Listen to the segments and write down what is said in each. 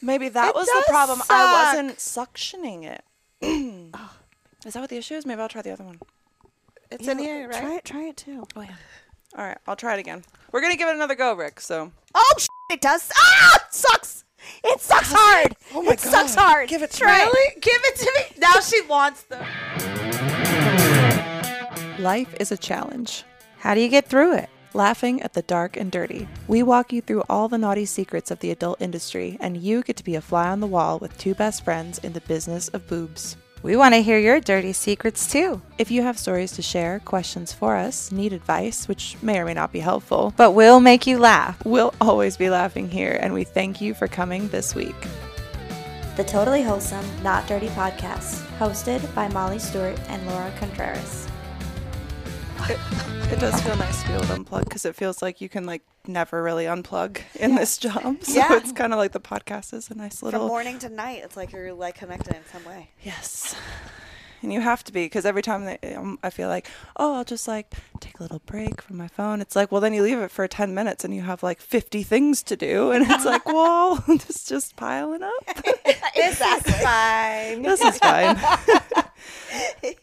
Maybe that It was does the problem. I suck. wasn't suctioning it. is that what the issue is? Maybe I'll try the other one. It's in here, right? Try it. Try it too. Oh yeah. All right, I'll try it again. We're gonna give it another go, Rick. So Oh, sh- it does. Ah, it sucks. It sucks hard. Oh my it sucks God. hard. Give it to Try me. Really? Give it to me. Now she wants them. life is a challenge. How do you get through it? Laughing at the dark and dirty. We walk you through all the naughty secrets of the adult industry, and you get to be a fly on the wall with two best friends in the business of boobs. We want to hear your dirty secrets too. If you have stories to share, questions for us, need advice, which may or may not be helpful, But we'll make you laugh. we'll always be laughing here, and we thank you for coming this week. The Totally Wholesome, Not Dirty podcast, hosted by Molly Stewart and Laura Contreras. It does feel nice to be able to unplug because it feels like you can like never really unplug in this job. So Yeah. it's kind of like the podcast is a nice From little morning to night, it's like you're like connected in some way. yes. And you have to be because every time that um, I feel like oh I'll just like take a little break from my phone. It's like well then you leave it for ten minutes and you have like fifty things to do and it's like well it's just piling up. Uh, Exactly. Fine. This is fine.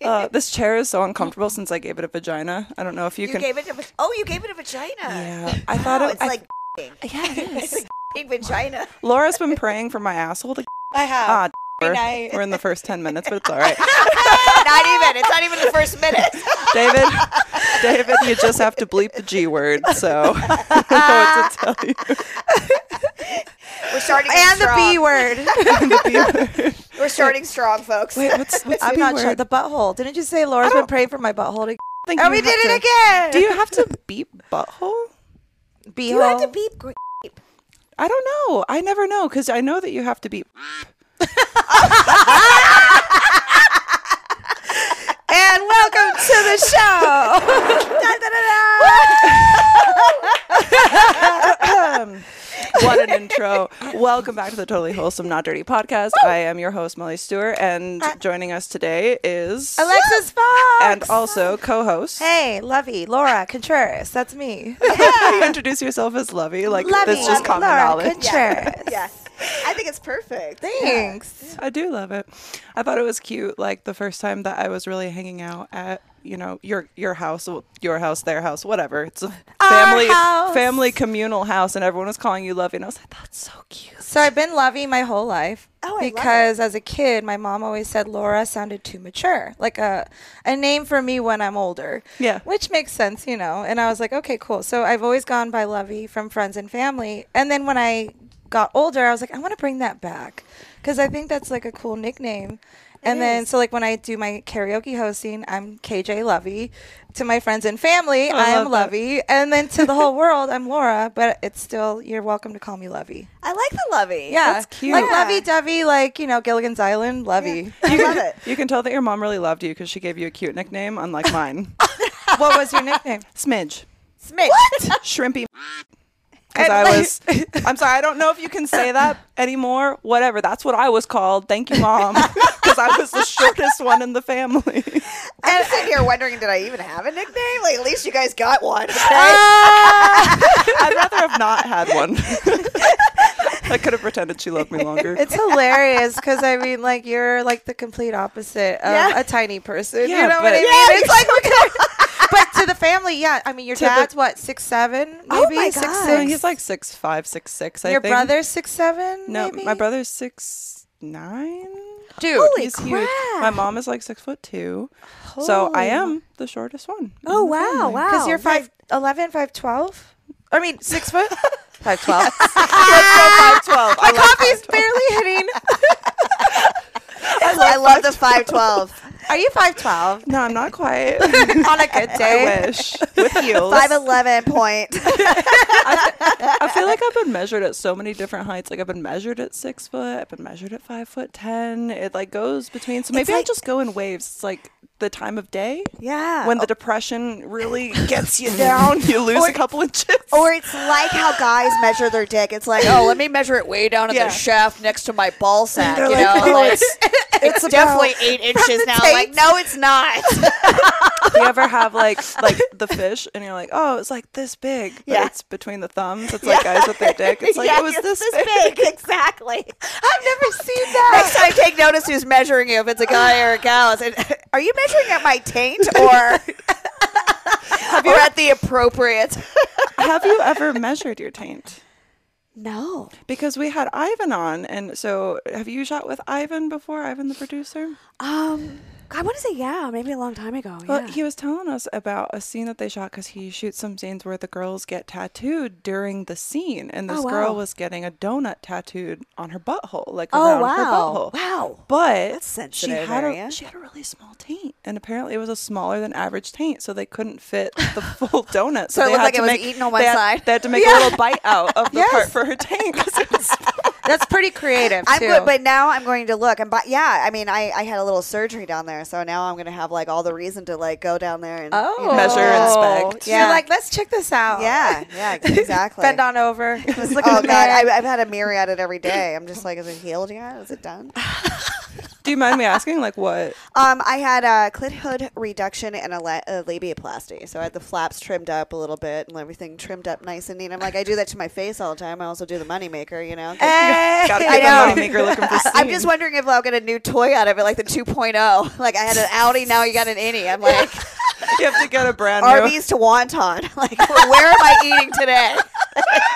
uh, this chair is so uncomfortable since I gave it a vagina. I don't know if you, You can. gave it. A, oh, you gave it a vagina. yeah, I thought Oh, it, it's I- like yeah, it is. big vagina. Laura's been praying for my asshole to I have. ah, every we're, night. we're in the first 10 minutes, but it's all right. Ah, not even. It's not even the first minute. David, David, you just have to bleep the G word, so I don't know what to tell you. We're starting And the strong. B word. We're starting strong, folks. Wait, what's, what's I'm the not word? sure. The butthole. Didn't you say Laura's been praying for my butthole to I think Oh, you we have did to- it again. Do you have to beep butthole? Beehole. you have to beep. gr- I don't know. I never know because I know that you have to beep. And welcome to the show. What an intro. Welcome back to the Totally Wholesome, Not Dirty podcast. I am your host, Molly Stewart, and joining us today is Alexis Uh, Fox. and also co host. hey, Lovey, Laura Contreras. That's me. you introduce yourself as Lovey. Like Lovey, that's just common Laura knowledge. Contreras. Yeah, I think it's perfect. Thanks. I do love it. I thought it was cute. Like the first time that I was really hanging out at you know your your house, your house, their house, whatever. It's a family house. family communal house, and everyone was calling you Lovey, and I was like, that's so cute. So I've been Lovey my whole life. Oh, I love it. because as a kid, my mom always said Laura sounded too mature, like a a name for me when I'm older. Yeah. which makes sense, you know. And I was like, okay, cool. So I've always gone by Lovey from friends and family. And then when I got older, I was like, I want to bring that back because I think that's like a cool nickname. and then so like when I do my karaoke hosting, I'm KJ Lovey. To my friends and family, I love am that. Lovey. And then to the whole world, I'm Laura. But it's still you're welcome to call me Lovey. I like the lovey. Yeah, That's cute. Like Yeah. lovey dovey, like you know Gilligan's Island, lovey. I love it. You can tell that your mom really loved you because she gave you a cute nickname, unlike mine. what was your nickname? Smidge, Smidge. Shrimpy. Because I was, I'm sorry, I don't know if you can say that anymore. Whatever, that's what I was called. Thank you, mom. Because I was the shortest one in the family. I'm sitting here wondering, did I even have a nickname? Like, at least you guys got one. Ah! I'd rather have not had one. I could have pretended she loved me longer. It's hilarious because I mean, like you're like the complete opposite of Yeah. a tiny person. Yeah, you know but- what I mean? Yeah, it's like, but to the family, yeah. I mean, your the- dad's what six seven, maybe Oh my six God. So six. he's like six five, six six. I your think. brother's six seven. No, maybe? my brother's six nine. Dude, Holy he's huge. My mom is like six foot two, so I am the shortest one. Mm. Oh, Mm-hmm. wow, wow. because you're five eleven, five twelve. I mean, six foot, five twelve. Five twelve. My coffee's barely hitting. I love, I love the 512. Are you five twelve? No, I'm not quite. on a good I day. wish with heels. 511 point. I feel like I've been measured at so many different heights. Like I've been measured at six foot. I've been measured at five foot ten. It like goes between. So maybe I like- just go in waves. It's like the time of day. Yeah. When the depression really gets you down, you lose a couple inches. Or it's like how guys measure their dick. It's like, oh, let me measure it way down in Yeah. the shaft next to my ball sack. They're You like, know, "Oh, like, it's- it's about- definitely eight inches now. I'm Like, tape. no, it's not. Do you ever have like like the fish and you're like, oh, it's like this big, but Yeah. it's between the thumbs. It's like guys with their dick. It's like Yeah, it was it's this, big. big. Exactly. I've never seen that. Next time, take notice who's measuring you. If it's a guy or a gal, it's- are you measuring at my taint or? Have you at the appropriate? Have you ever measured your taint? No. Because we had Ivan on, and so have you shot with Ivan before? Ivan, the producer. Um, I want to say yeah, maybe a long time ago. Well, yeah. he was telling us about a scene that they shot because he shoots some scenes where the girls get tattooed during the scene, and this Oh, girl wow. was getting a donut tattooed on her butthole, like Oh, around her wow. butthole. Wow. But That's she sensitive had a eh? area. she had a really small taint, and apparently it was a smaller than average taint, so they couldn't fit the full donut. So it they looked had like to it was make- eaten on one they had- side. They had to make a little bite out of the part for her taint 'cause it was That's pretty creative. I'm too. good, but now I'm going to look. And but yeah, I mean, I, I had a little surgery down there, so now I'm going to have like all the reason to like go down there and oh, you know, Measure and Oh, inspect. You're Yeah. like, let's check this out. Yeah, yeah, exactly. Bend on over. Let's look oh at the god, I, man. I've had a myriad it every day. I'm just like, is it healed yet? Is it done? Do you mind me asking, like, what? Um, I had a clit hood reduction and a, la- a labiaplasty. So I had the flaps trimmed up a little bit and everything trimmed up nice and neat. I'm like, I do that to my face all the time. I also do the moneymaker, you know? Hey. Got to I keep know. a moneymaker looking for. I- Scene. I'm just wondering if I'll get a new toy out of it, like the 2.0. Like I had an Audi, now you got an innie. I'm like, you have to get a brand new. Arby's to wonton. Like, where am I eating today?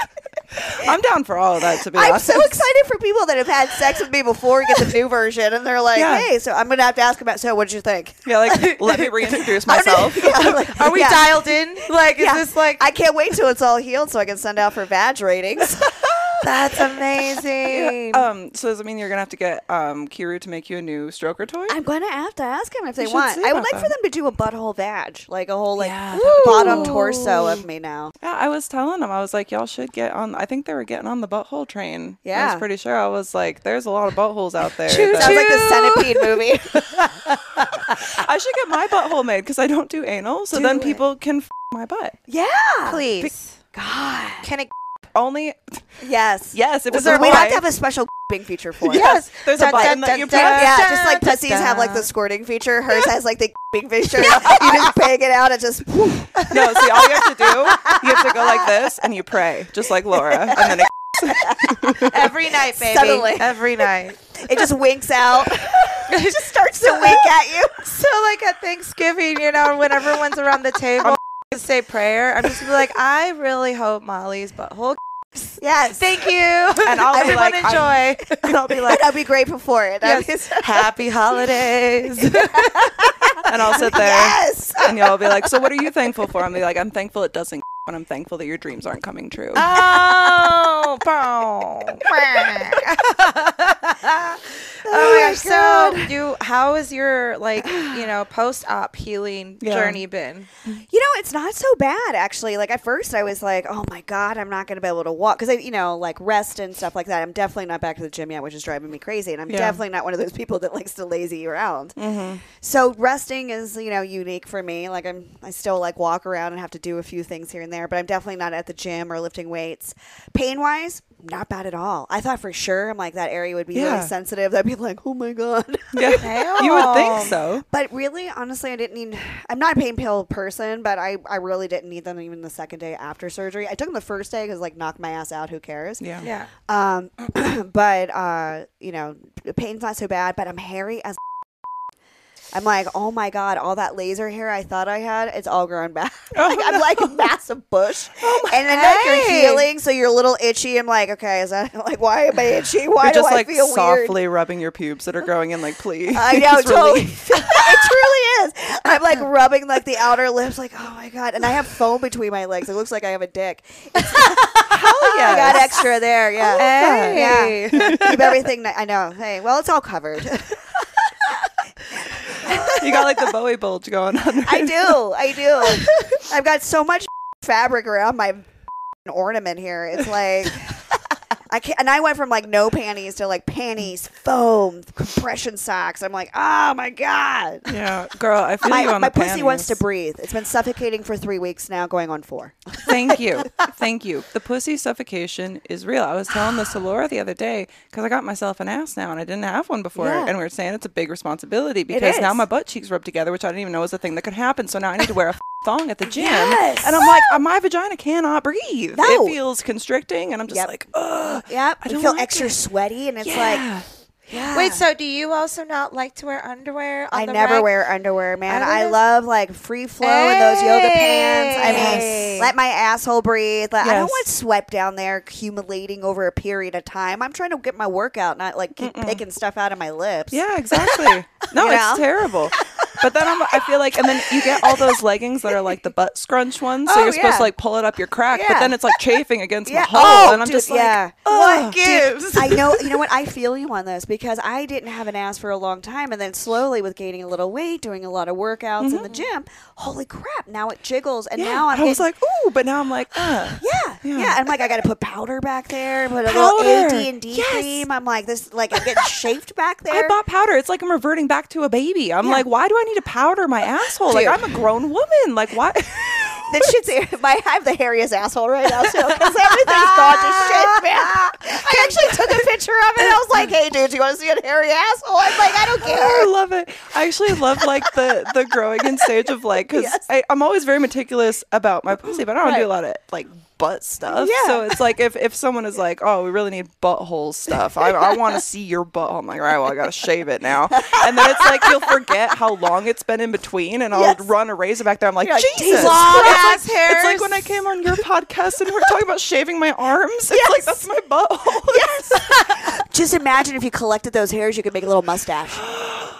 I'm down for all of that. To be I'm honest, so excited for people that have had sex with me before we get the new version, and they're like, Yeah. "Hey, so I'm gonna have to ask about. So, what did you think?" Yeah, like let me reintroduce myself. Yeah, I'm like, Are we yeah. dialed in? Like, Yeah. is this like? I can't wait till it's all healed, so I can send out for vag ratings. that's amazing. oh, um, so does it mean you're gonna have to get um Kiru to make you a new stroker toy? I'm going to have to ask him if they they want. want. see I would about like for that. them to do a butthole vag, like a whole like Yeah, bottom torso of me now. yeah, I was telling them I was like, y'all should get on. I think they were getting on the butthole train. I Yeah. was pretty sure. I was like, there's a lot of buttholes out there. Choo that- Sounds like the centipede movie. I should get my butthole made because I don't do anal, so then people can f- my butt. yeah, Please. God, can it? Only yes. yes, if it's So a we'd boy. have to have a special being feature for it. Yes, There's a button that you press. Yeah, just like pussies have like the squirting feature. Hers has like the big feature. You just bang it out and just. No, see, all you have to do, you have to go like this and you pray, just like Laura, and then it every night, baby. Suddenly. every night. It just winks out. It just starts to wink at you. So like at Thanksgiving, you know, when everyone's around the table to say prayer, I'm just gonna be like, I really hope Molly's butthole. Yes. Thank you, and I'll be everyone like, enjoy. And I'll be like, I'll be grateful for it. I'll be- yes, happy holidays. and I'll sit there. Yes. And y'all will be like, so what are you thankful for? I'm like, I'm thankful it doesn't and I'm thankful that your dreams aren't coming true. Oh, boom. oh my So you, how has your like you know post op healing Yeah. journey been? You know, it's not so bad actually. Like at first, I was like, "Oh my god, I'm not going to be able to walk" because I, you know, like rest and stuff like that. I'm definitely not back to the gym yet, which is driving me crazy. And I'm Yeah. Mm-hmm. definitely not one of those people that likes to lazy around. So resting is, you know, unique for me. Like I'm, I still like walk around and have to do a few things here and there, but I'm definitely not at the gym or lifting weights. Pain wise, not bad at all. I thought for sure, I'm like that area would be Yeah. really sensitive. I'd be like, "Oh my god." Yeah. You would think so. But really, honestly, I didn't need. I'm not a pain pill person, but I, I really didn't need them even the second day after surgery. I took them the first day because like knock my ass out. Who cares? Yeah. Yeah. Um, but uh, you know, the pain's not so bad. But I'm hairy as. I'm like, oh my god, all that laser hair I thought I had, it's all grown back. Oh, like, I'm like a massive bush, and then like you're Hey. healing, so you're a little itchy. I'm like, okay, is that like why am I itchy? Why You're do just I like feel weird? softly rubbing your pubes that are growing in, like, please. I know, It's totally. relief. it truly is. I'm like rubbing like the outer lips, like oh my god, and I have foam between my legs. It looks like I have a dick. Hell yeah, I got extra there. Yeah, Hey. keep everything. Ni- I know. Hey, well, it's all covered. You got like the Bowie bulge going on. I do. I do. I've got so much fabric around my ornament here. It's like. I can't, and I went from like no panties to like panties, foam, compression socks. I'm like, oh my god. Yeah, girl, I feel you My, on my the pussy wants to panties. breathe. It's been suffocating for three weeks now, going on four. Thank you. Thank you. The pussy suffocation is real. I was telling this to Laura the other day because I got myself an ass now and I didn't have one before. Yeah. And we were saying it's a big responsibility because now is. my butt cheeks rub together, which I didn't even know was a thing that could happen. So now I need to wear a thong at the gym. And I'm like, uh, my vagina cannot breathe. No. It feels constricting. And I'm just Yep. like, ugh. Yep. I You don't feel like extra it. sweaty, and it's Yeah. like, yeah. Wait, so do you also not like to wear underwear? On I the never reg? wear underwear, man. I, Underwear? love like free flow and those yoga pants. I mean, Yes. let my asshole breathe. Like, I don't Yes. want sweat down there accumulating over a period of time. I'm trying to get my workout, not like keep picking stuff out of my lips. Yeah, exactly. No, You know? it's terrible. But then I'm, I feel like, and then you get all those leggings that are like the butt scrunch ones. So Oh, you're supposed yeah. to like pull it up your crack, Yeah. but then it's like chafing against Yeah. my hole. Oh, and I'm dude, just like, yeah. "Ugh." gives? I know. You know what? I feel you on this because I didn't have an ass for a long time, and then slowly with gaining a little weight, doing a lot of workouts in the gym. Holy crap! Now it jiggles, and Mm-hmm. Yeah. now I'm I was getting- like, ooh, but now I'm like, uh. Yeah, yeah. I'm like, I got to put powder back there, put a little Powder. AD and D cream. I'm like, this, like, I'm getting shaped back there. I bought powder. It's like I'm reverting back to a baby. I'm like, why do I need to powder my asshole? Like I'm a grown woman. Like why? that shit's my. I have the hairiest asshole right now, so because everything's gone to shit, man. I actually took a picture of it. I was like, hey, dude, you want to see a hairy asshole? I'm like, I don't I care. love it. I actually love like the the growing in stage of like because I'm always very meticulous about my pussy, but I don't do a lot of like butt stuff. Yeah. So it's like if if someone is like, oh, we really need butthole stuff. I, I want to see your butt. I'm like, all right, well, I gotta shave it now. And then it's like you'll forget how long it's been in between, and I'll Yes. run a razor back there. I'm like, You're like, Jesus, long It's ass like- It's hairs. like when I came on your podcast and we we're talking about shaving my arms. It's like that's my butthole. Just imagine if you collected those hairs, you could make a little mustache,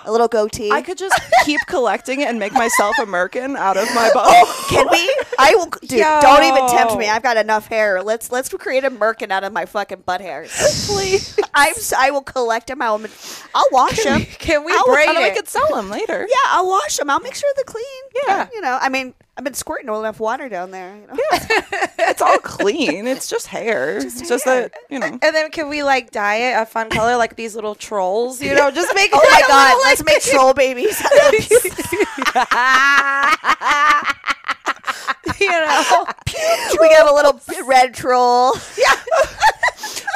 a little goatee. I could just keep collecting it and make myself American out of Oh, my butthole. Can we? I will, dude. Don't even tempt me. Yo. I've got enough hair. Let's let's create a merkin out of my fucking butt hairs. Please. I'm. s- I will collect them. I will. ma- I'll wash them. Can we I'll- braid I know I it? could sell them later. Yeah, I'll wash them. I'll make sure they're clean. Yeah. You know, I mean, I've been squirting all enough water down there. You know? It's all clean. It's just hair. Just, just that you know. And then can we like dye it a fun color like these little trolls? You know, just make. Oh it my a god, little, let's like- make troll babies. you know. we have a little red troll.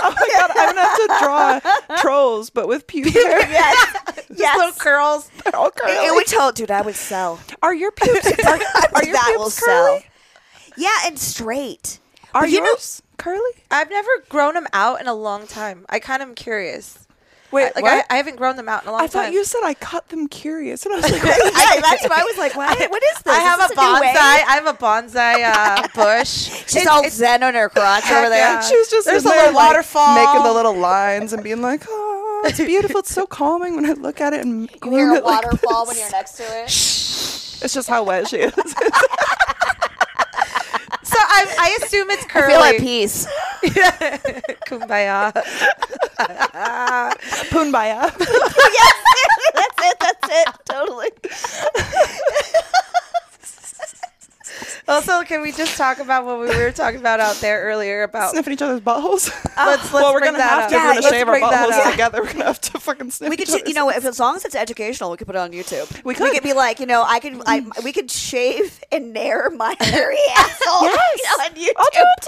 Oh my god, I'm gonna have to draw trolls, but with pubic hair. Yes. Little yes. curls. All It, curly. it would tell, dude. I would sell. Are your pubes? Are, are your that pubes will curly? sell. Yeah, and straight. Are But you know- yours curly? I've never grown them out in a long time. I kind of am curious. Wait, Like what? I, I haven't grown them out in a long I thought time. you said I cut them curious, and I was like, wait, yeah, that's why I was like, what? What is this? I Is have this a a new bonsai. wave? I have a bonsai uh, bush. She's all zen on her crotch over there. yeah. she was just There's in a there, little like, waterfall. making the little lines and being like, oh, it's beautiful. It's so calming when I look at it and You hear groom a it like waterfall when this. you're next to it. It's just how wet she is. So I, I assume it's curly. Feel at peace. Kumbaya. Pumbaya. that's it. That's it. Totally. Also, can we just talk about what we were talking about out there earlier Oh. about? sniffing each other's buttholes. let's let's well, we're bring gonna that have to. up. if we're gonna Yeah, let's shave our bring that buttholes up. together. We're gonna have to fucking sniff. We could, each ju- you other's- know, if as long as it's educational, we could put it on YouTube. We We could. Mm. could be like, you know, I could, I, we could shave and nair my hairy asshole you know, on YouTube. I'll do it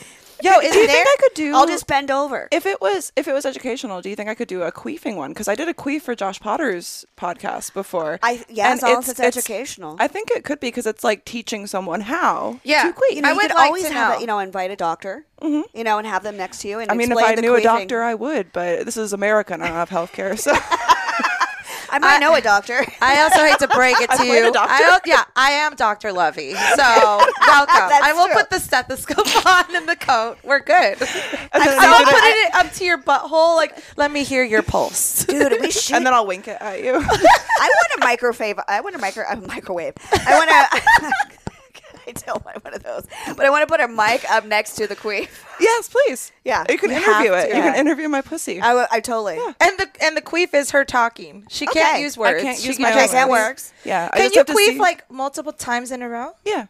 too. Yo, is do you there- think I could do? I'll just bend over. If it was if it was educational, do you think I could do a queefing one? Because I did a queef for Josh Potter's podcast before. I- yeah, as long as it's it's- educational. I think it could be because it's like teaching someone how Yeah. to queef. You you know, I you would could like always to have, know. a, you know, invite a doctor, you know, and have them next to you. And I mean, if explain I the knew a queefing. doctor, I would, but this is America and I don't have healthcare. So I might know a doctor. I also hate to break it to played you. a doctor. I don't, yeah, I am Dr. Lovey. So welcome. I will true. put the stethoscope on and the coat. We're and good. then, I'll I'll put it up to your butthole. Like, let me hear your pulse. Dude, we should. and then I'll wink it at you. I want a microwave. I want a micro a microwave. I want to. I don't want one of those, but I want to put a mic up next to the queen. yes, please. Yeah, you can you have interview to. it. You can Yeah. interview my pussy. I, w- I totally. And the and the queef is her talking. She can't Okay. use I words. I can't She use can my Okay, just own that use- words. works. Yeah. I Can just you have to queef see- like multiple times in a row? Yeah.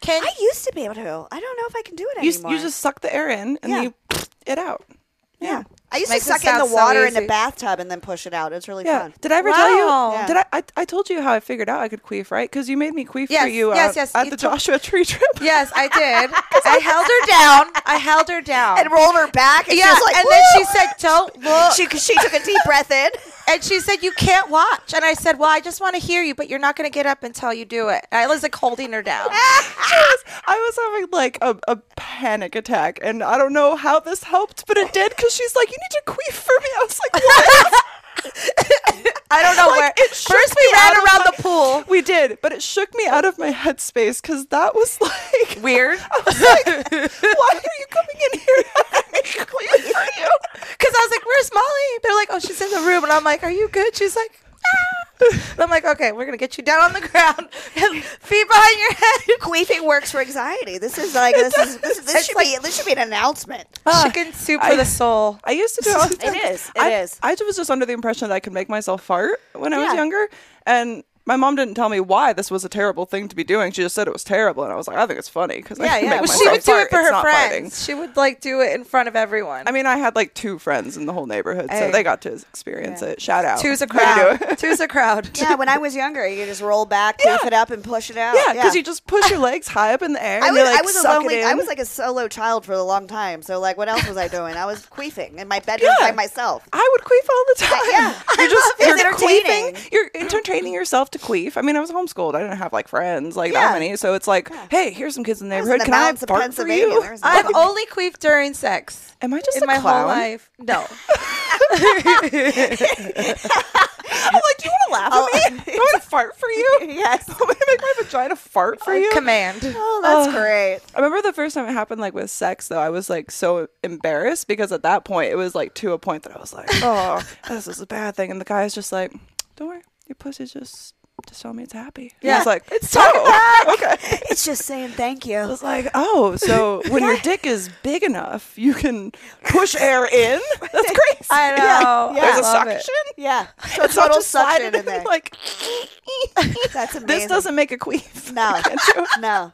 Can I used to be able to. I don't know if I can do it You, s- anymore. you just suck the air in and Yeah. you it out. Yeah. I used Makes to it suck in the sound so water in the easy. bathtub and then push it out. It's really Yeah. fun. Did I ever tell you? Wow. Yeah. Did I, I? I told you how I figured out I could queef, right? Because you made me queef for Yes, you yes, out yes, at you the told- Joshua Tree trip. Yes, I did. 'Cause I held her down. I held her down. And rolled her back. And yeah, she was like, and then she "Woo!" said, "Don't look." she, she took a deep breath in. and she said, "You can't watch." And I said, "Well, I just want to hear you, but you're not going to get up until you do it." And I was like holding her down. She was- I was having like a, a panic attack, and I don't know how this helped, but it did. Because she's like, "You need to queef for me." I was like, "What?" I don't know Like, where. it shook First, we me ran out of around my- the pool. we did, but it shook me out of my headspace because that was like Weird. I was like, "Why are you coming in here having me queef for you?" Because I was like, "Where's Molly?" They're like, "Oh, she's in the room," and I'm like, "Are you good?" She's like. "Ah." And I'm like, okay, we're gonna get you down on the ground, feet behind your head. Queefing works for anxiety. This is like this is this, this should be this should be an announcement. Chicken soup for the soul. I used to do it. All the time. is, it I, is. I was just under the impression that I could make myself fart when I was Yeah. younger, and my mom didn't tell me why this was a terrible thing to be doing. She just said it was terrible, and I was like, I think it's funny because I Yeah, can yeah. make Well, myself she would do fart. it for It's her not friends. farting. She would like do it in front of everyone. I mean, I had like two friends in the whole neighborhood, so Hey. they got to experience it. Shout out. two's a How you doing? crowd. two's a crowd. Yeah, when I was younger, you just roll back, queef it up, and push it out. Yeah, because you just push your legs high up in the air. Oh, I and was, you're, like, I was a suck it lonely. I in. was like a solo child for a long time. So like, what else was I doing? I was queefing in my bedroom Yeah. by myself. I would queef all the time. yeah. You're just it. you're It's entertaining. queefing. You're entertaining yourself to queef. I mean, I was homeschooled. I didn't have like friends like Yeah. that many. So it's like, hey, here's some kids in the was in neighborhood. the Can I mountains of fart for Pennsylvania. you? There was I've only queefed during sex. Am I just in a my clown? whole life? No. I'm like, you want Oh, to laugh at me? You want to fart for you? Yes. I'm gonna make my vagina fart for you. Command. Oh, that's great. I remember the first time it happened, like with sex, though, I was like so embarrassed because at that point it was like to a point that I was like, oh, this is a bad thing. And the guy's just like, don't worry, your pussy's just just telling me it's happy. Yeah. I was like, it's oh, okay. It's just saying thank I you. was like, oh, so when your dick is big enough, you can push air in. That's crazy. I know. There's I a love suction. it. Yeah, so It's not total just slide suction it in there. Like That's amazing. this doesn't make a queef. No, Can't you? no.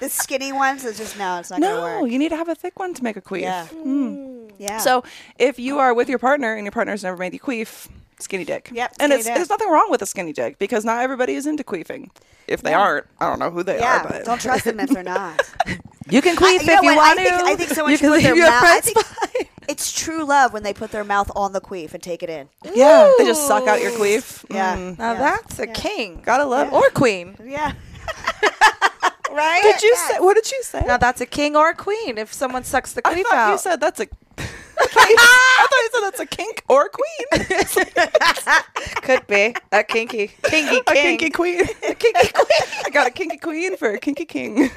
The skinny ones is just no. It's not gonna No, work. you need to have a thick one to make a queef. Mm. Yeah. Yeah. So if you are with your partner and your partner's never made you queef, skinny dick. Yep, And skinny it's dick. there's nothing wrong with a skinny dick because not everybody is into queefing. If they aren't, I don't know who they yeah, are, but don't trust them if they're not. you can I- queef you know if you what? want I think, to. I think someone You should can put leave their your mouth. I friends think it's true love when they put their mouth on the queef and take it in. Yeah, they just suck out your queef. Yeah. Mm. Now Yeah. that's a king. Gotta love. Or queen. Yeah. Right? Did you say what did you say? Now that's a king or a queen if someone sucks the I queef thought out. you said that's a. I thought you said that's a kink or queen. Could be. A kinky. Kinky king. A kinky queen. A kinky queen. I got a kinky queen for a kinky king.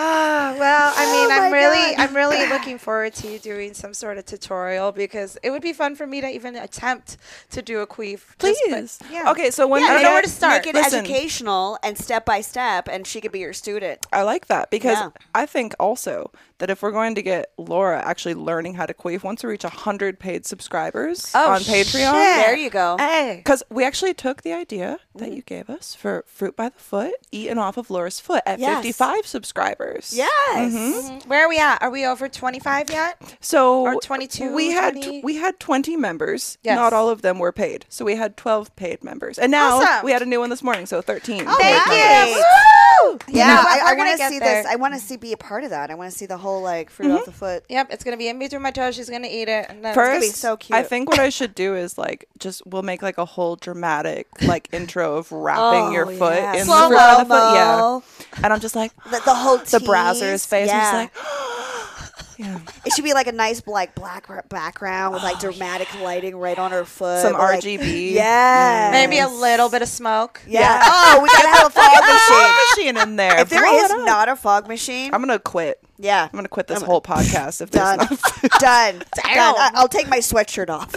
Ah, well, I mean, I'm my really, God. I'm really looking forward to you doing some sort of tutorial because it would be fun for me to even attempt to do a queef. just by- Please. yeah. Okay, so when Yeah, I don't know where to make start. Make it Listen, educational and step by step, and she could be your student. I like that because Yeah. I think also that if we're going to get Laura actually learning how to queef once we reach 100 paid subscribers Oh, on Patreon, There you go. Hey. because we actually took the idea Mm-hmm. that you gave us for Fruit by the Foot, eaten off of Laura's foot at Yes. 55 subscribers. Yes. Where are we at? Are we over 25 yet? So Or 22, We had 20? we had twenty members. Yes. Not all of them were paid, so we had twelve paid members, and now Awesome. we had a new one this morning, so thirteen. Thank Nice. you. Woo! Yeah, You know what? I, I We're want gonna to get see there. Mm-hmm. this. I want to see be a part of that. I want to see the whole like fruit off the foot. Yep, it's gonna be in between my toes. She's gonna eat it. And then it's gonna First, be be- so I cute. think what I should do is like just we'll make like a whole dramatic like intro of wrapping your Oh, foot yes. in the fruit of the foot. Slow-mo. Yeah, and I'm just like The, the whole the browser's tease. face. Yeah. I'm just like, yeah, it should be like a nice like black r- background with Oh, like dramatic lighting right on her foot. Some with, like- RGB. Yes. maybe a little bit of smoke. Yeah. Oh, we gotta have a fog machine. machine in there. If there Blow is it up. not a fog machine, I'm gonna quit. yeah, I'm gonna quit this whole podcast if there's done, not. done, done. I- I'll take my sweatshirt off.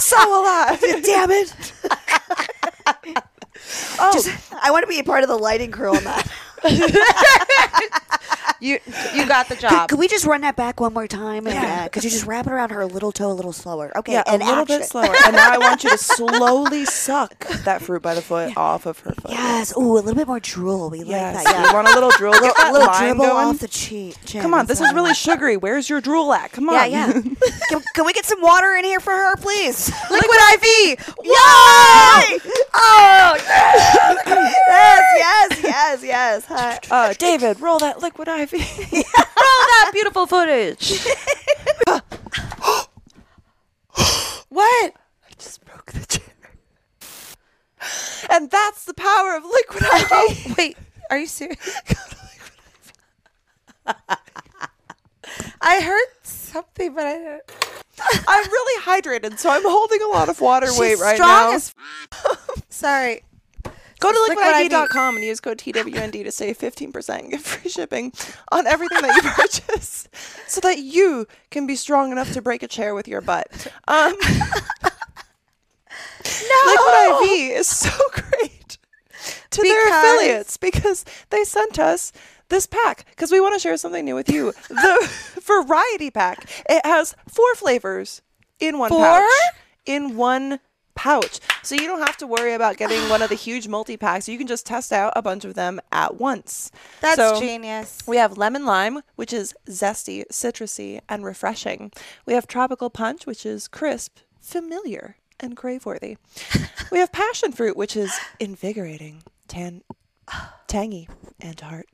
so alive. Damn it! oh, I want to be a part of the lighting crew on that. you you got the job. Could we just run that back one more time? And, uh, could you just wrap it around her little toe a little slower? Okay, Yeah, a and little action. bit slower. And now I want you to slowly suck that fruit by the foot off of her foot. Yes. Ooh, a little bit more drool. We Yes. like that. You Yeah. want a little drool? Get that a little line dribble going. off the cheek. Come on, this is really sugary. Where's your drool at? Come on. Yeah, yeah. can, can we get some water in here for her, please? Liquid IV. Why? Oh, yes, yes, yes, yes. Hi. Uh, David, roll that liquid ivy. that beautiful footage. what? Just broke the chair. And that's the power of liquid ivy. Oh, Wait, are you serious? I heard something, but I don't. I'm really hydrated, so I'm holding a lot of water weight right strong now. as Sorry. Go to liquid liquidiv.com and use code TWND to save 15% and get free shipping on everything that you purchase so that you can be strong enough to break a chair with your butt. Um, Liquid IV is so great to their Because- affiliates because they sent us this pack because we want to share something new with you. The variety pack. It has four flavors in one Four? pouch. In one pouch. So you don't have to worry about getting one of the huge multi packs. You can just test out a bunch of them at once. That's So- genius. we have lemon lime, which is zesty, citrusy, and refreshing. We have tropical punch, which is crisp, familiar, and crave worthy. we have passion fruit, which is invigorating, tan- tangy, and to heart.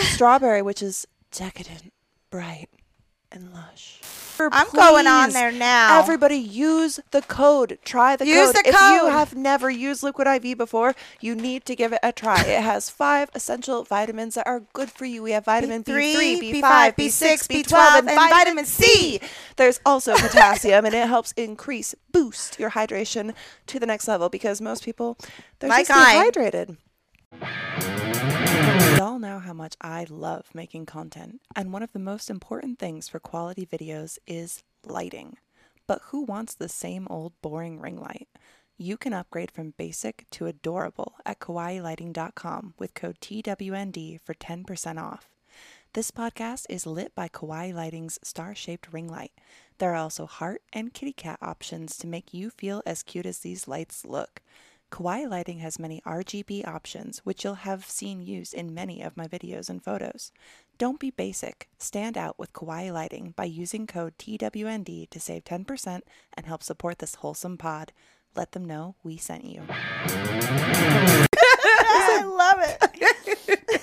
Strawberry, which is decadent, bright, and lush. I'm going on Please, there now. Everybody, use the code. Try the Use code. the if you code. have have never used Liquid IV before, you need to give it a try. It has five essential vitamins that are good for you. We have vitamin B3, B3, B5, B6, B5, B6, B12, B12, and, vitamin C. There's also potassium, and it helps increase, boost your hydration to the next level because most people, they're Like just I. dehydrated. Y'all know how much I love making content, and one of the most important things for quality videos is lighting. But who wants the same old boring ring light? You can upgrade from basic to adorable at kawaiilighting.com with code TWND for 10% off. This podcast is lit by Kawaii Lighting's star shaped ring light. There are also heart and kitty cat options to make you feel as cute as these lights look. Kawaii Lighting has many RGB options, which you'll have seen used in many of my videos and photos. Don't be basic. Stand out with Kawaii Lighting by using code TWND to save 10% and help support this wholesome pod. Let them know we sent you. I love it.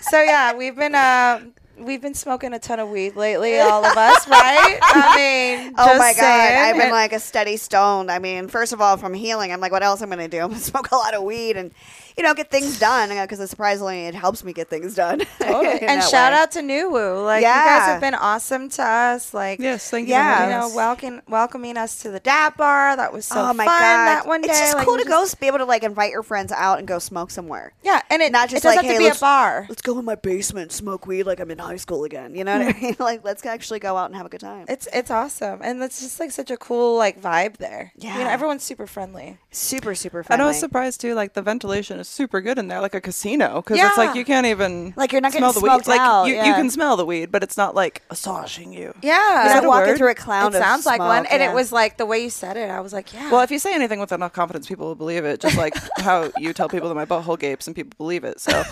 so yeah, we've been uh, we've been smoking a ton of weed lately, all of us, right? I mean, Oh just my god, saying. I've been And- like a steady stone. I mean, first of all, from healing, I'm like, what else I'm gonna do? I'm gonna smoke a lot of weed and, you know, get things done because surprisingly, it helps me get things done. Totally. In and that shout way. out to Nuwu. Like you guys Yeah. have been awesome to us. Like thank you for you having know, Yes. welcome welcoming us to the dab bar. That was so oh my fun god, that one day. it's just Like, cool we to go be able to like invite your friends out and go smoke somewhere. Yeah, and it Not just it doesn't like, have to hey, be a let's- bar. Let's go in my basement, smoke weed like I'm in high school again. You know what I mean? Like, let's actually go out and have a good time. Mm. It's it's awesome, and it's just like such a cool like vibe there. you know, Yeah. everyone's super friendly. super, super fun. And I was surprised too, like the ventilation is super good in there, like a casino, because it's Yeah. like you can't even Like, you're not getting smell the weed. smoked out, Like you, you yeah. can smell the weed, but it's not like assuaging you. Yeah, Is Instead that of a walking word? through a cloud it of sounds like one, smoke, and yeah. it was like the way you said it. I was like, yeah. Well, if you say anything with enough confidence, people will believe it. Just like how you tell people that my butthole gapes and people believe it. So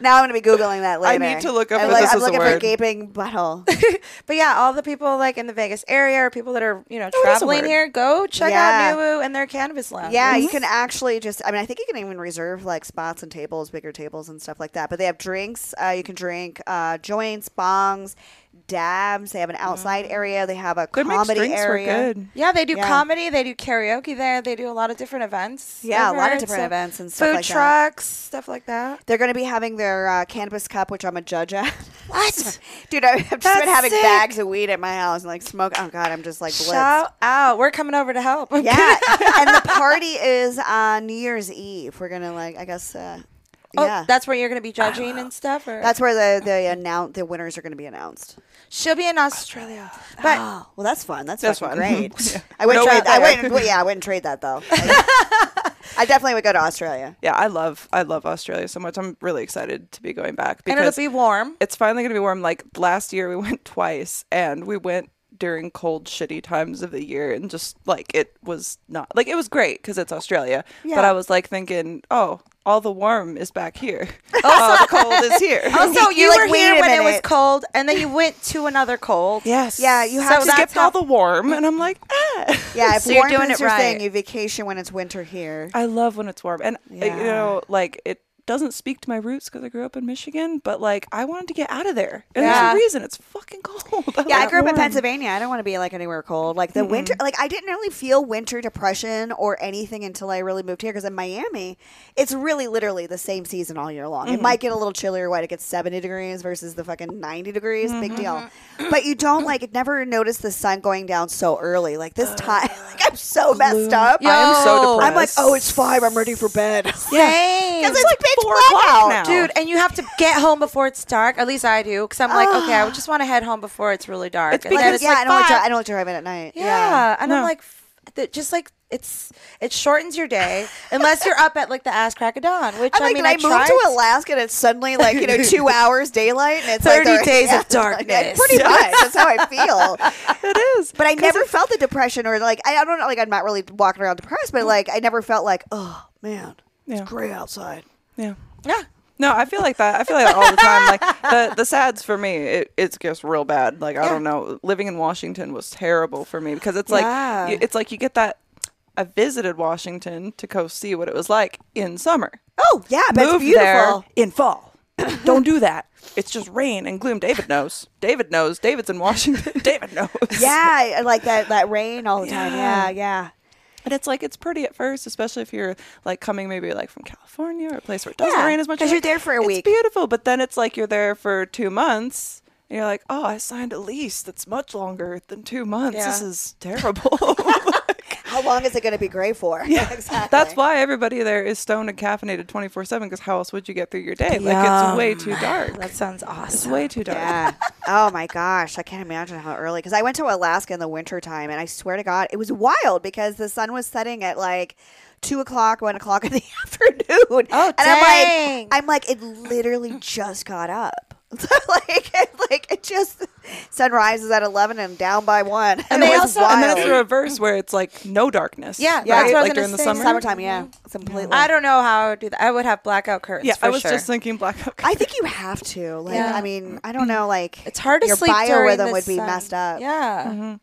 Now I'm gonna be googling that I later. need to look up I'm, if like, this I'm is a looking for word. gaping butthole. but yeah, all the people like in the Vegas area or people that are you Oh, know it is a traveling word. here, go check Yeah. out Nuwu and their cannabis lounge. Yeah, you Mm-hmm. can actually just. I mean, I think you can even reserve like spots and tables, bigger tables and stuff like that. But they have drinks. Uh, you can drink uh, joints, bongs, dabs. They have an outside Mm. area. They have a good mixed comedy drinks were area. good. Yeah, they do Yeah. comedy. They do karaoke there. They do a lot of different events. Yeah, I've a lot of heard, different so events and stuff food like that. trucks, stuff like that. They're going to be having their uh, cannabis cup, which I'm a judge at. What? Dude, I- I've just That's been having sick. bags of weed at my house and like smoke. Oh God, I'm just like blitzed. Shout out! We're coming over to help. Yeah, and the party is on New Year's Eve. We're gonna like, I guess. Uh, Oh, yeah, that's where you're going to be judging and stuff. Or that's where the the announce the winners are going to be announced. she'll be in Australia. But well, that's fun. That's, That's fucking fun. great. Yeah. I wouldn't No trade. way I there. wouldn't. well, yeah, I wouldn't trade that though. Like, I definitely would go to Australia. Yeah, I love I love Australia so much. I'm really excited to be going back and because it'll be warm. it's finally going to be warm. Like last year, we went twice, and we went during cold, shitty times of the year, and just like it was not like it was great because it's Australia. But I was like thinking, oh, all the warm is back here, Oh, all the cold is here. Also, you You're like, were "Wait here a when it was minute." cold, and then you went to another cold. yes, Yeah, you So have to. that's skipped how- all the warm, and I'm like, ah. Yeah, if So you're warm doing is it your thing, right. you vacation when it's winter here. I love when it's warm, and uh, Yeah. you know, like it doesn't speak to my roots because I grew up in Michigan, but like I wanted to get out of there, and Yeah. there's a reason. It's fucking cold. Yeah, I like grew up in warm. Pennsylvania. I don't want to be like anywhere cold. Like the winter, like I didn't really feel winter depression or anything until I really moved here. Because in Miami, it's really literally the same season all year long. It might get a little chillier when it gets 70 degrees versus the fucking 90 degrees. Big deal. But you don't like it, never notice the sun going down so early. Like this time, like I'm so messed up. I am so Yo. depressed. I'm like, oh, it's five. I'm ready for bed. Same. Because it's like pitch four black o'clock out. now. Dude, and you have to get home before it's dark. At least I do, because I'm like, okay, I just want to head home before it's really dark. It's and then because- it's yeah, like I don't like to, five. I don't like to drive in at night. Yeah. and I'm No. like, f- th- just like it's it shortens your day unless you're up at like the ass crack of dawn, which I'm I like, mean, did I, I moved tried. to Alaska and it's suddenly like, you know, two hours daylight and it's like 30 the- days of it's like- darkness. pretty much. That's how I feel. it is. But I never felt the depression or like, I, I don't know, like I'm not really walking around depressed, but like I never felt like, oh man, Yeah. it's gray outside. Yeah. Yeah. No, I feel like that. I feel like that all the time. Like the the sads for me, it it gets real bad. Like I don't know, living in Washington was terrible for me because it's like Yeah. you, it's like you get that. I visited Washington to go see what it was like in summer. Oh yeah, but it's Move beautiful. there in fall. don't do that. It's just rain and gloom. David knows. David knows. David's in Washington. David knows. Yeah, I like that, that rain all the time. Yeah, yeah. And it's like it's pretty at first, especially if you're like coming maybe like from California or a place where it doesn't Yeah, rain as much. 'cause Like, you're there for a it's week. beautiful, but then it's like you're there for two months. And you're like, oh, I signed a lease that's much longer than two months. This Yeah. is terrible. How long is it going to be gray for? Yeah, exactly. That's why everybody there is stoned and caffeinated 24 7 because how else would you get through your day? Like, it's way too dark. That sounds awesome. way too dark. Yeah. Oh my gosh, I can't imagine how early. Because I went to Alaska in the wintertime, and I swear to God, it was wild because the sun was setting at like two o'clock, one o'clock in the afternoon. Oh, and I'm dang. like, I'm like, it literally just got up. So like, it, like it just sunrise is at eleven and down by one. And It they was also- wild. And then it's Mm-hmm. the reverse where it's like no darkness. Yeah, right? that's what I was like gonna during the say. Mm-hmm. summer. summertime, yeah, it's completely. I don't know how I would do that. I would have blackout curtains. Yeah, for I was sure. just thinking blackout. I think you have to. Like, Yeah. I mean, I don't know. Like, it's hard to your sleep during biorhythm the would be sun. messed up. Mm-hmm. Yeah,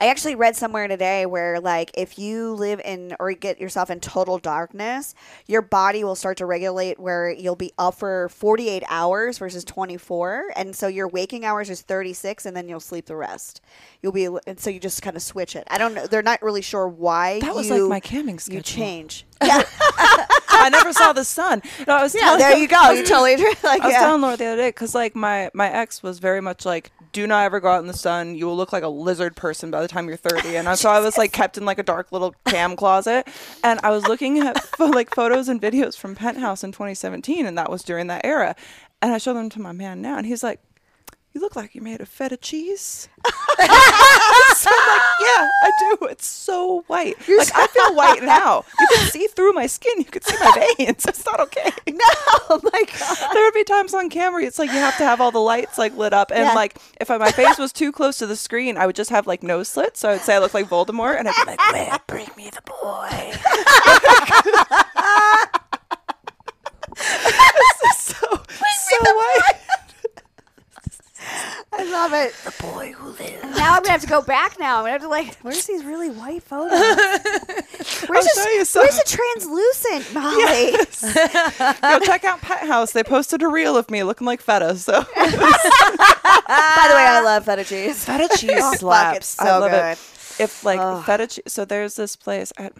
I actually read somewhere today where like if you live in or get yourself in total darkness, your body will start to regulate where you'll be up for 48 hours versus 24, and so your waking hours is 36 and then you'll sleep the rest. You'll be and so you just kind of switch it. I don't know, they're not really sure why That was, you- like, my camming You schedule. change. I never saw the sun. No, I was Yeah, telling there you go. You totally like I was yeah. telling Laura the other day because like my my ex was very much like, do not ever go out in the sun. You will look like a lizard person by the time you're 30. And I, so I was like kept in like a dark little cam closet, and I was looking at pho- like photos and videos from Penthouse in 2017, and that was during that era. And I showed them to my man now, and he's like. You look like you're made of feta cheese. so I'm like, yeah, I do. It's so white. like I feel white now. You can see through my skin. You can see my veins. It's not okay no, my god. there would be times on camera it's like you have to have all the lights like lit up and Yeah. like if I, my face was too close to the screen i would just have like nose slits so i would say i look like voldemort and i'd be like man bring me the boy This is so, so white. I love it. Now I'm gonna have to go back. Now I'm gonna have to like. Where's these really white photos? where's, show the, you some. where's the translucent Molly? Go check out Pet House. They posted a reel of me looking like feta. So By the way, I love feta cheese. feta cheese fuck, it's I so love good. it. If like feta cheese, so there's this place. I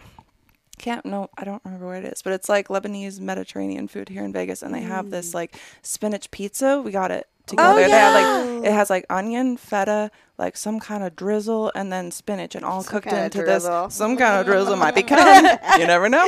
can't no, I don't remember where it is, but it's like Lebanese Mediterranean food here in Vegas, and they have Mm. this like spinach pizza. We got it together. Oh, They have like it has like onion, feta, like some kind of drizzle, and then spinach, and all cooked kinda into drizzle. this. Some kind of drizzle might be coming. you never know.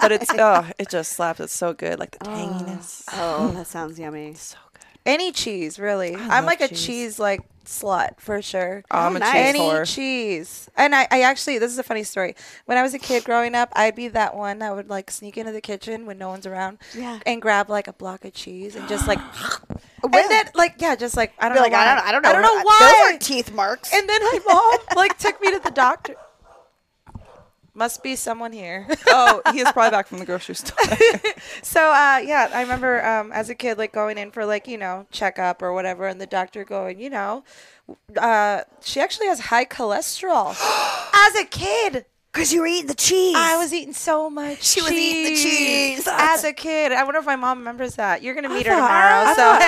but it's oh, it just slaps. It's so good, like the tanginess. Oh, that sounds yummy. So good. Any cheese, really. I I'm love like a cheese. cheese like slut for sure. I'm a nice. cheese Any whore. cheese. And I, I actually, this is a funny story. When I was a kid growing up, I'd be that one that would like sneak into the kitchen when no one's around Yeah. and grab like a block of cheese and just like, and Really? then like, yeah, just like, I don't Be know. like, why. I don't, I don't know. I don't know Those why. aren't teeth marks. and then my mom like took me to the doctor. Must be someone here. oh, he is probably back from the grocery store. So uh, yeah, I remember um, as a kid, like going in for like you know checkup or whatever, and the doctor going, you know, uh, she actually has high cholesterol. as a kid, Because you were eating the cheese. I was eating so much. She was eating the cheese. as a kid. I wonder if my mom remembers that. You're gonna meet her thought- tomorrow. I so thought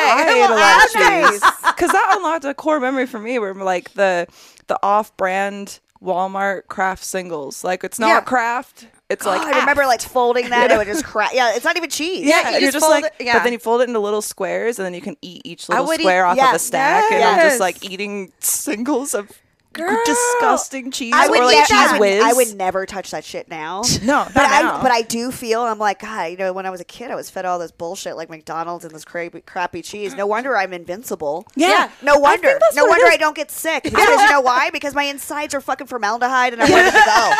hey, I well, ate a lot of cheese because that unlocked a core memory for me. Where like the the off brand Walmart craft singles, like it's not Yeah. craft, it's Oh, like I remember like folding that. It would just crack. Yeah, it's not even cheese. you Yeah, you're just just fold like, it- yeah. but then you fold it into little squares, and then you can eat each little would eat- square off yeah, of a stack, and I'm yes. just like eating singles of Girl. disgusting cheese I would, or yeah, like I, cheese would whiz. I would never touch that shit now. no, But not I, now. but I do feel I'm like God. You know, when I was a kid, I was fed all this bullshit like McDonald's and this crappy, crappy cheese. No wonder I'm invincible. Yeah. Yeah. No wonder. that's no what it wonder is. I don't get sick. Because you know why? Because my insides are fucking formaldehyde, and I'm ready to go.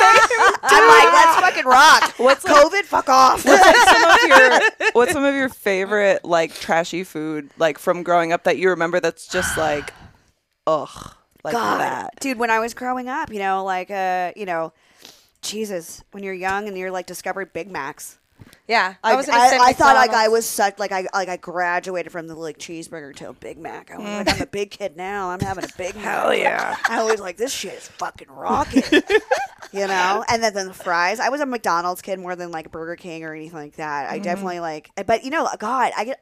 I'm like, let's fucking rock. What's COVID? Fuck off. what's some of your what's some of your favorite like trashy food like from growing up that you remember that's just like ugh like God, that dude. When I was growing up, you know, like, uh, you know, Jesus, when you're young and you're like discovered Big Macs. yeah, I, was gonna I, say I thought like I McDonald's. was such like I like I graduated from the like cheeseburger to a Big Mac. I was like I'm a big kid now. I'm having a Big Mac. Hell yeah! I was like this shit is fucking rocking, you know. And then, then the fries. I was a McDonald's kid more than like Burger King or anything like that. Mm-hmm. I definitely like, but you know, God, I get.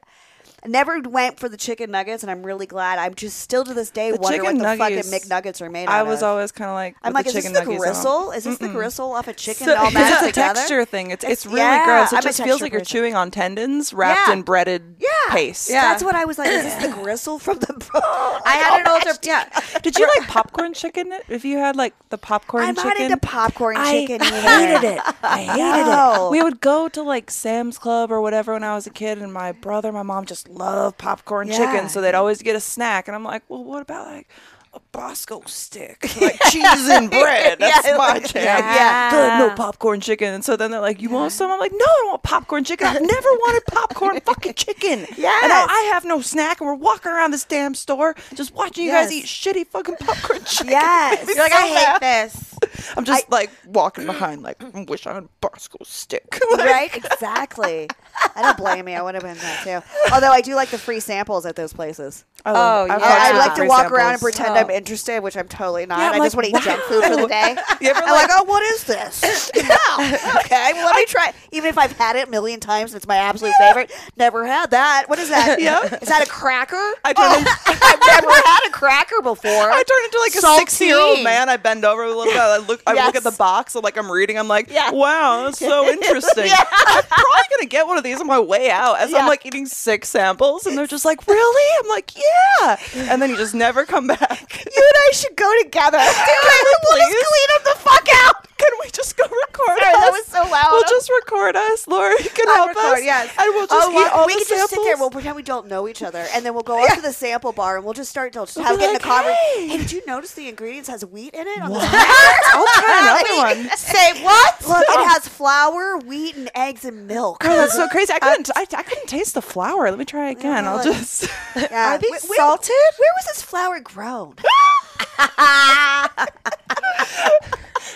I never went for the chicken nuggets, and I'm really glad. I'm just still to this day The wonder what chicken the nuggies- fucking McNuggets are made out I of. was always kind of like I'm with like, the is this chicken the nuggies on 'em. gristle? Is this the gristle off a chicken So- all mashed it's a together? texture thing. It's it's really yeah, gross. I'm It a just feels texture like you're person. chewing on tendons wrapped Yeah. in breaded Yeah. paste. Yeah. That's what I was like. Is this the gristle from the? oh, I had an older yeah. Did you like popcorn chicken? If you had like the popcorn I'm chicken, not into popcorn chicken. I either. hated it. I hated No. it. We would go to like Sam's Club or whatever when I was a kid, and my brother, and my mom just loved popcorn Yeah. chicken, so they'd always get a snack, and I'm like, well, what about like a Bosco stick, like cheese and bread? That's my like- jam. yeah. Good, no popcorn chicken. And so then they're like, you want some? I'm like, no, I don't want popcorn chicken. I've never wanted popcorn fucking chicken. Yes. And now I have no snack, and we're walking around this damn store just watching you guys eat Yes. shitty fucking popcorn chicken. Yes. You're like I hate this. I'm just like walking behind, like I wish I had a Bosco stick. right? Exactly. I don't blame you. I would have been that too. Although I do like the free samples at those places. I love- Oh, I yeah. fucks I, I with like to free walk around and pretend I'm interested, which I'm totally not. Oh. Yeah, I'm I just want like, to eat junk food for the day. You ever I'm like, oh, what is this? yeah. Okay. Well, let me try. it. Even if I've had it a million times, it's my absolute favorite. Never had that. What is that? Yeah. Is that a cracker? I turn, in- I've never had a cracker before. I turn into like a Salty. six-year-old man. I bend over a little bit. I look. I look Yes. at the box. I'm like, I'm reading. I'm like, Yeah. wow, that's so interesting. I'm probably gonna get one of these on my way out. As Yeah. I'm like eating six samples, and they're just like, really? I'm like, yeah. And then you just never come back. You and I should go together. Please. Let's clean up the fuck out. Can we just go record Sorry, us? that was so loud. We'll just record us. Laura you can help record, us. yes. And we'll just Oh, eat all we, we the can just sit there. samples. We'll pretend we don't know each other, and then we'll go up to the sample bar and we'll just start. They'll just have be get in the like, conversation. Hey. "Hey." did you notice the ingredients has wheat in it? On this I'll try another one. Say what? Look, it has flour, wheat, and eggs and milk. Girl, Oh, that's so crazy. I couldn't. I, I couldn't taste the flour. Let me try again. I'll like- just. Yeah. Are these Wh- salted? Where was this flour grown?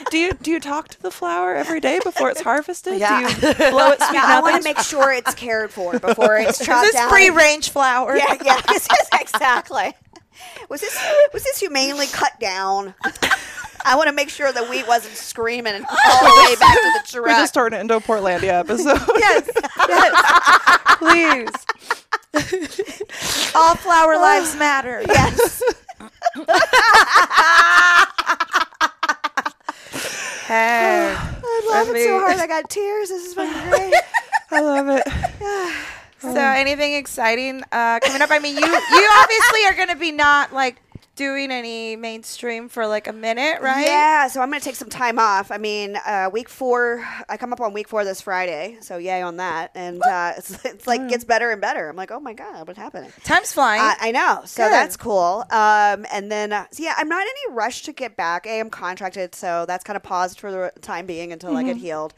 do you do you talk to the flour every day before it's harvested? Yeah. Do you blow it sweet Yeah, I want to nothings? make sure it's cared for before it's chopped Is this down. free range flour? Yeah, yeah. This is exactly. Was this was this humanely cut down? I want to make sure the wheat wasn't screaming all the way back to the We truck. just turned it into a Portlandia episode. Yes. yes. Please. All flower Oh. lives matter. yes. Hey. I love it so mean- hard. I got tears. This is fucking great. I love it. Mm. So anything exciting uh, coming up? I mean, you you obviously are going to be not like doing any mainstream for like a minute, right? Yeah, so I'm going to take some time off. I mean, uh, week four, I come up on week four this Friday, so yay on that. And uh, it's, it's like gets better and better. I'm like, oh my god, what's happening? Time's flying. I, I know, so Good. that's cool. Um, and then, uh, so yeah, I'm not in any rush to get back. A, I'm contracted, so that's kind of paused for the time being until I get Mm-hmm. healed.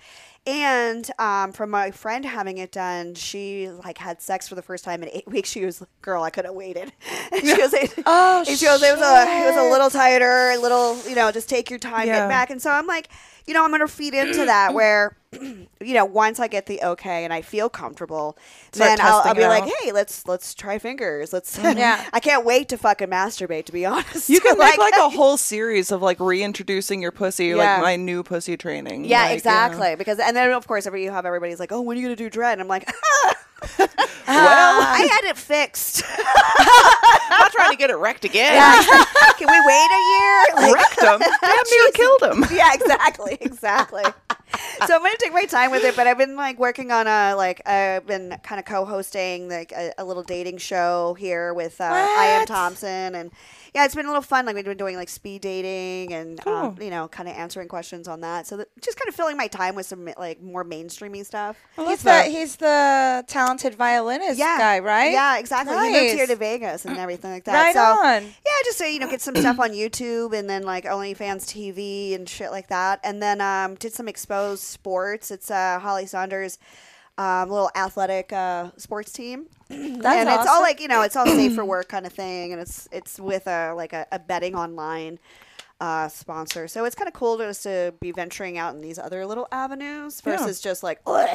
And um, from my friend having it done, she like had sex for the first time in eight weeks. She was like, "Girl, I could have waited." And she was, like, Oh, and she was, it was a, it was a little tighter, a little, you know, just take your time, Yeah. get back. And so I'm like, you know, I'm gonna feed into that where, you know, once I get the okay and I feel comfortable, Start then I'll, testing I'll be it like, out. hey, let's let's try fingers. Let's. Yeah. I can't wait to fucking masturbate. To be honest, Mm, You can make like a whole series of like reintroducing your pussy, Yeah. like my new pussy training. Yeah, like, you know. exactly. Because and then of course, every you have everybody's like, oh, when are you gonna do dread? And I'm like, well, I had it fixed. I'm not trying to get it wrecked again. can we wait a year? Like, Wrecked him. Damn near killed him. yeah, exactly, exactly. so I'm gonna take my time with it, but I've been like working on a like I've been kind of co-hosting like a, a little dating show here with uh, I am What? Thompson, and yeah, it's been a little fun. Like we've been doing like speed dating and um, you know kind of answering questions on that. So that, just kind of filling my time with some like more mainstreamy stuff. he's the he's the talented violinist guy, right? Yeah, exactly. He moved here Nice. to Vegas and everything like that. Right so, on. Yeah, just so you know, get some stuff on YouTube and then like OnlyFans TV and shit like that. And then um, did some exposed sports. It's uh, Holly Saunders. Um, little athletic uh, sports team, and it's all awesome. like you know, it's all safe for work kind of thing, and it's it's with a like a, a betting online uh, sponsor, so it's kind of cool just to be venturing out in these other little avenues versus just like Wait,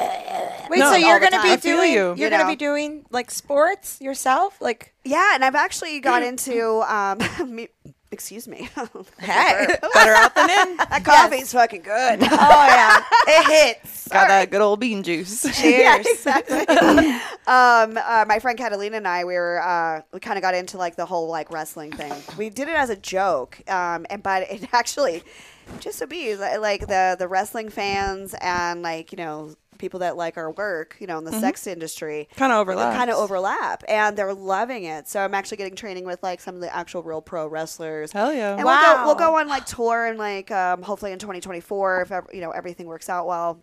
No, so all you're the gonna be time. I feel doing you. are You gonna know. be doing like sports yourself, like Yeah, and I've actually got into um, me, excuse me. hey, Oh, Better out than in. that coffee's fucking good. oh yeah, it hits. Got that good old bean juice. Yeah, exactly. um, uh, my friend Catalina and I, we were uh, we kind of got into like the whole like wrestling thing. We did it as a joke, um, and but it actually just to be li- like the the wrestling fans and like you know people that like our work, you know, in the sex industry, Mm-hmm. Kinda overlaps. kind of overlap, and they're loving it. So I'm actually getting training with like some of the actual real pro wrestlers. Hell yeah. And we'll go we'll Wow. go on like tour and like um, hopefully in 2024 if ever, you know everything works out well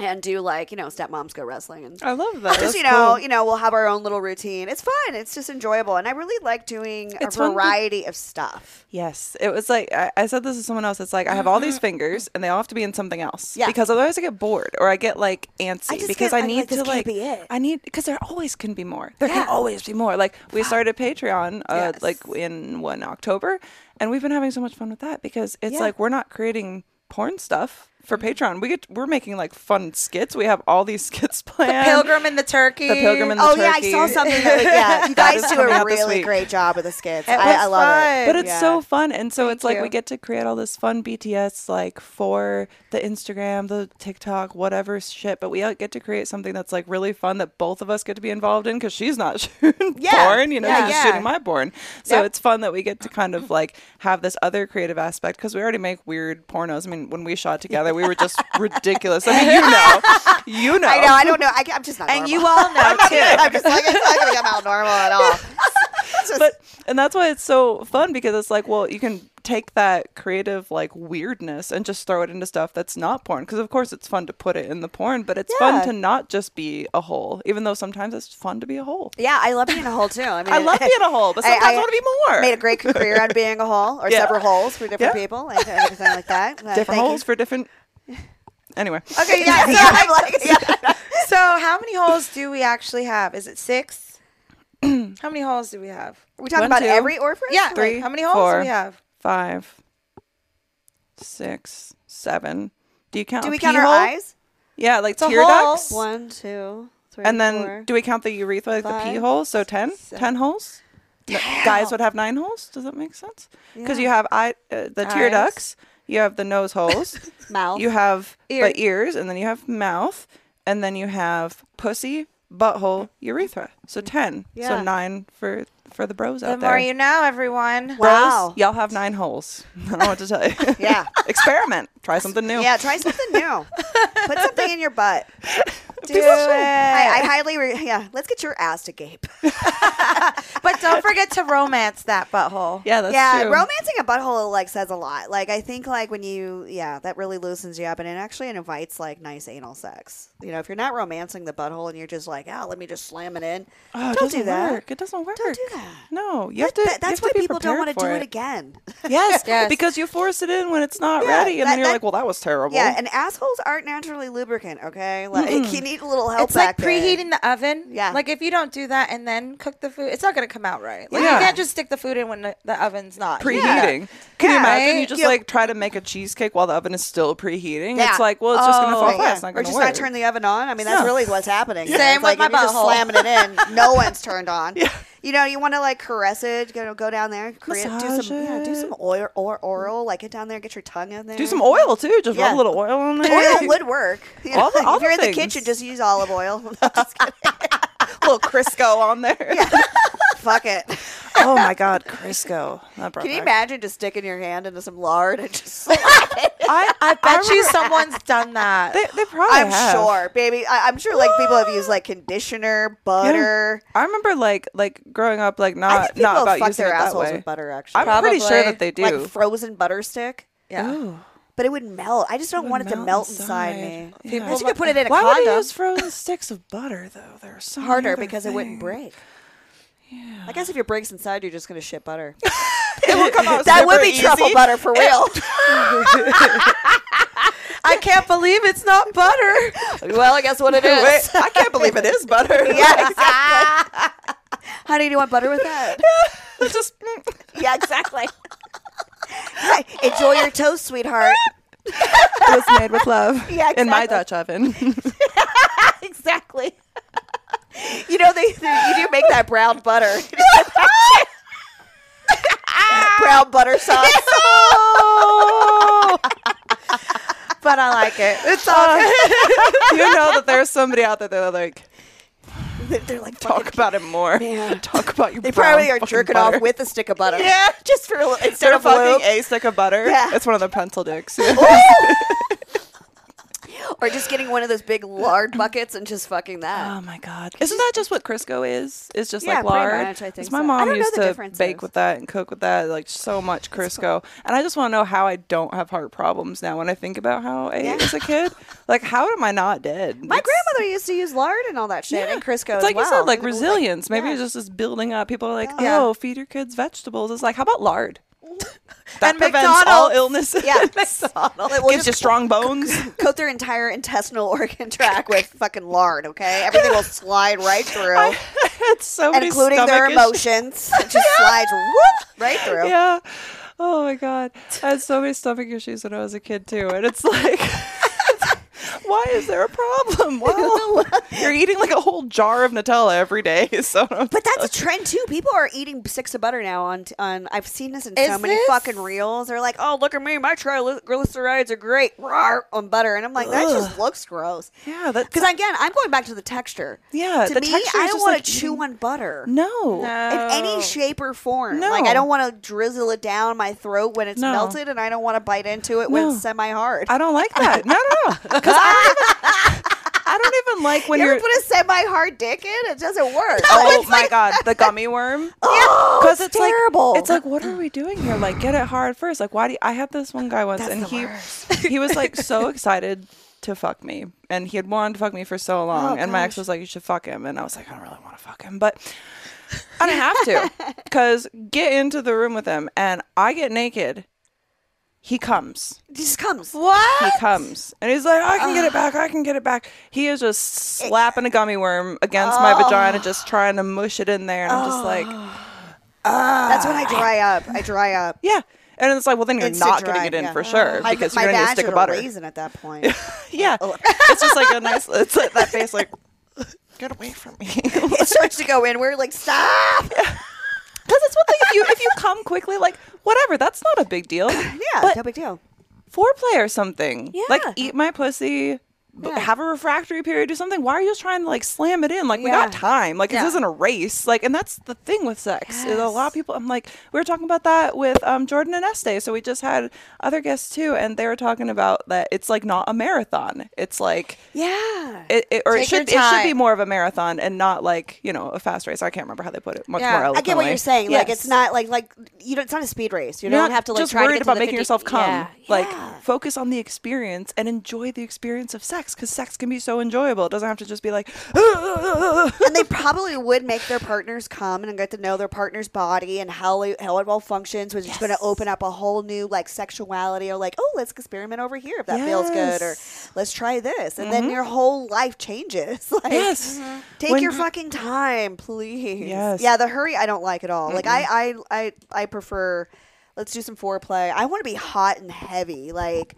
and do like you know stepmoms go wrestling and I love that. just Oh, That's you know cool. you know we'll have our own little routine it's fun it's just enjoyable and i really like doing It's a fun to- variety of stuff Yes, it was like I, I said this to someone else. It's like I have all these fingers, and they all have to be in something else. Yeah. Because otherwise, I get bored or I get like antsy just because get- I I'm need like, to "This can't like be it." I need because there always can be more. There can always be more. Like we started Patreon uh, Yes. like in what in October, and we've been having so much fun with that because it's Yeah. Mm-hmm. like we're not creating porn stuff for Patreon. We get we're making like fun skits. We have all these skits planned. Pilgrim and the Turkey. The Pilgrim and the oh Turkey. yeah i saw something that was, yeah you That guys is do coming a out this really week. great job with the skits It I, was I love fun. it But it's Yeah. so fun. And so it's like you. we get to create all this fun BTS like for the Instagram, the TikTok, whatever shit. But we all get to create something that's like really fun that both of us get to be involved in because she's not shooting Yeah. porn, you know, Yeah. she's just Yeah. shooting my porn. So Yep. it's fun that we get to kind of like have this other creative aspect because we already make weird pornos. I mean, when we shot together, we were just ridiculous. I mean, you know, you know. i know i don't know I, am just not And you normal. all know too. i'm just like i'm not gonna come out normal at all It's just- but and that's why it's so fun because it's like well you can take that creative like weirdness and just throw it into stuff that's not porn because of course it's fun to put it in the porn but it's Yeah. fun to not just be a hole even though sometimes it's fun to be a hole Yeah, I love being a hole too. I mean, I love being a hole, but sometimes I wanna be more. Made a great career out of being a hole or Yeah. several holes for different Yeah. people and everything like that. Uh, different thank you. holes for different anyway Okay, yeah, yeah, I'm like, yeah. So how many holes do we actually have? Is it six? how many holes do we have? We talking One, about two, every orifice? Yeah, Like, three how many holes four, do we have? five six seven do you count do a we count pee our hole? eyes? yeah like a tear hole. ducts One, two, three, and then four. do we count the urethra like the pee five, hole so 10 10 holes No, guys would have nine holes does that make sense because you have eye, uh, the tear Eyes. ducts you have the nose holes Mouth. you have Ear. the ears and then you have mouth and then you have pussy butthole urethra so 10 Yeah. so nine for for the bros The out more there you know, everyone. Bros, Wow. y'all have nine holes i don't know what to tell you Yeah. experiment try something new yeah, try something new. Put something in your butt. Do it. I, I highly, re- yeah. Let's get your ass to gape. But don't forget to romance that butthole. Yeah, that's yeah, true. romancing a butthole like says a lot. Like I think like when you yeah, that really loosens you up and it actually invites like nice anal sex. You know, if you're not romancing the butthole and you're just like, oh, let me just slam it in. Oh, it don't doesn't do that. Work. It doesn't work. Don't do that. No, you That- have to. that- you that's have why to be people don't prepared want to for do it, it again. Yes, Yes. because you force it in when it's not Yeah, ready, and that- then you're that- like, "Well, that was terrible." yeah, and assholes aren't naturally lubricant. Okay, like you need a little help. It's like back there. preheating the oven. Yeah. Like if you don't do that and then cook the food, it's not gonna come out right. Like Yeah. you can't just stick the food in when the, the oven's not heated up. preheating. Can you Yeah, imagine? You right? just You- like try to make a cheesecake while the oven is still preheating. Yeah. It's like, well, it's just gonna Oh, fall Right, flat. yeah. It's not or gonna just work. not turn the oven on. I mean, that's No. really what's happening. It's Same like with if my you're just butthole. slamming it in. No one's turned on. You know, you want to like caress it. Go go down there, create, do Massage some yeah, do some it. oil or oral. Like get down there, get your tongue in there. Do some oil too. Just Yeah. rub a little oil on there. Oil would work. You know, All the- all if you're the in the kitchen, things. just use olive oil. I'm just kidding. a little Crisco on there. Fuck it. oh my God, Crisco. That brought Can you back- imagine just sticking your hand into some lard and just? I, I I bet bet you someone's done that. They, they probably I'm Oh, have. sure, baby. I, I'm sure, like people have used like conditioner, butter. I remember like like growing up like I think not people not about fuck using their it that assholes way. with butter. Actually, I'm pretty sure Probably. that they do. like frozen butter stick. yeah. Ooh. But it would melt. I just don't want it to melt inside, me. Yeah. People Unless you could put it in a Why would I condom. use frozen sticks of butter though? They're so many harder other because it wouldn't things. break. Yeah. I guess if your break's inside, you're just gonna shit butter. It would come out that would super be Oh, easy. truffle butter for real. I can't believe it's not butter. well, guess what it Wait, I can't believe it is butter. yeah, exactly. Honey, do you want butter with that? It's just mm. yeah, exactly. Enjoy your toast, sweetheart. it was made with love. Yeah, in my exactly. Dutch oven. exactly. You know they, they you do make that brown butter. brown butter sauce. But I like it. It's all you know that there's somebody out there that like They're- They're like talk about it more. Man. Talk about your. They probably are jerking jerking butter. off with a stick of butter. Yeah. just for a little- instead They're of lube, fucking a stick of butter. Yeah. It's one of the pencil dicks. or just getting one of those big lard buckets and just fucking that. Oh my god! Isn't that just what Crisco is? It's just Yeah, like pretty lard. much, I 'Cause think my so. I mom don't know used the to differences. bake with that and cook with that, like so much Crisco. And I just want to know how I don't have heart problems now when I think about how I ate as a kid. Like, how am I not dead? My grandmother used to use lard and all that shit and Crisco. It's like as you well. said, like It was resilience. Maybe yeah. it's just this building up. People are like, Yeah. oh, feed your kids vegetables. It's like, how about lard? That And prevents all McDonald's. illnesses. Yeah, McDonald's. It will Gives just you strong bones. coat their entire intestinal organ tract with fucking lard. Okay, everything will slide right through, it's so and many including their stomach issues. emotions. It just slides whoop, right through. Yeah. Oh my god. I had so many stomach issues when I was a kid too, and it's like, why is there a problem? Well, you're eating like a whole jar of Nutella every day, so. But that's a trend too. People are eating sticks of butter now. On on, I've seen this in so Is many this- fucking reels. They're like, "Oh, look at me, my triglycerides are great." Rawr, on butter, and I'm like, that just looks gross. yeah, that Because again, I'm going back to the texture. Yeah, to the me, texture I is don't just want like to chew eating- on butter no. in No. any shape or form. Like, I No. don't want to drizzle it down my throat when it's No. melted, and I don't want to bite into it when No. it's semi-hard. I don't like that. No, no, no. Because I don't even, I don't even like when you are ever put a semi-hard dick in? It doesn't work. Oh my god, the gummy worm. Oh, because it's it's, like- terrible. it's like, what are we doing here? Like, get it hard first. Like, why do you, I had this one guy once, That's and the he he was like so excited to fuck me, and he had wanted to fuck me for Oh, so long, and my ex was like, you should fuck him, and I was like, I don't really want to fuck him, but I didn't have to, because get into the room with him, and I get naked. He comes. it just comes. He comes. And he's like, I can get it back. I can get it back. He is just slapping a gummy worm against my vagina, just trying to mush it in there. And I'm just Oh. like, That's when I dry up. I dry up. Yeah. And it's like, well, then Ah, you're Instant not going to dry, get in yeah. for sure My- because my you're going to need a vag stick of is butter. Raisin at that point. Yeah. it's just like a nice, it's like that face like, get away from me. Because it starts to go in. We're like, stop. that's one thing. If you, if you come quickly, like, whatever, that's not a big deal. Yeah, But no big deal. foreplay or something. Like, Yeah. eat my pussy. b- have a refractory period or something. Why are you just trying to like slam it in? Like we got Yeah. time. Like Yeah. this isn't a race. Like and that's the thing with sex. is A lot of people. I'm like we were talking about that with um, Jordan and Este. So we just had other guests too, and they were talking about that it's like not a marathon. It's like Yeah. it, it or it Take your should it should be time. more of a marathon and not like you know a fast race. I can't remember how they put it. Much Yeah. more I eloquently. I get what you're saying. Like Yes. it's not like like you don't. It's not a speed race. You You're don't not have to like just try to worried get about to the making 50 yourself come. Yeah. Like Yeah. focus on the experience and enjoy the experience of sex because sex can be so enjoyable. It doesn't have to just be like. and they probably would make their partners come and get to know their partner's body and how it, how it all functions, which is going to open up a whole new like sexuality or like, oh, let's experiment over here if that feels good, or let's try this, and then your whole life changes. Like, Mm-hmm. Yes. Take When- your fucking time, please. Yes. Yeah, the hurry I don't like at all. Like I, I, I, I prefer. Let's do some foreplay. I want to be hot and heavy. Like,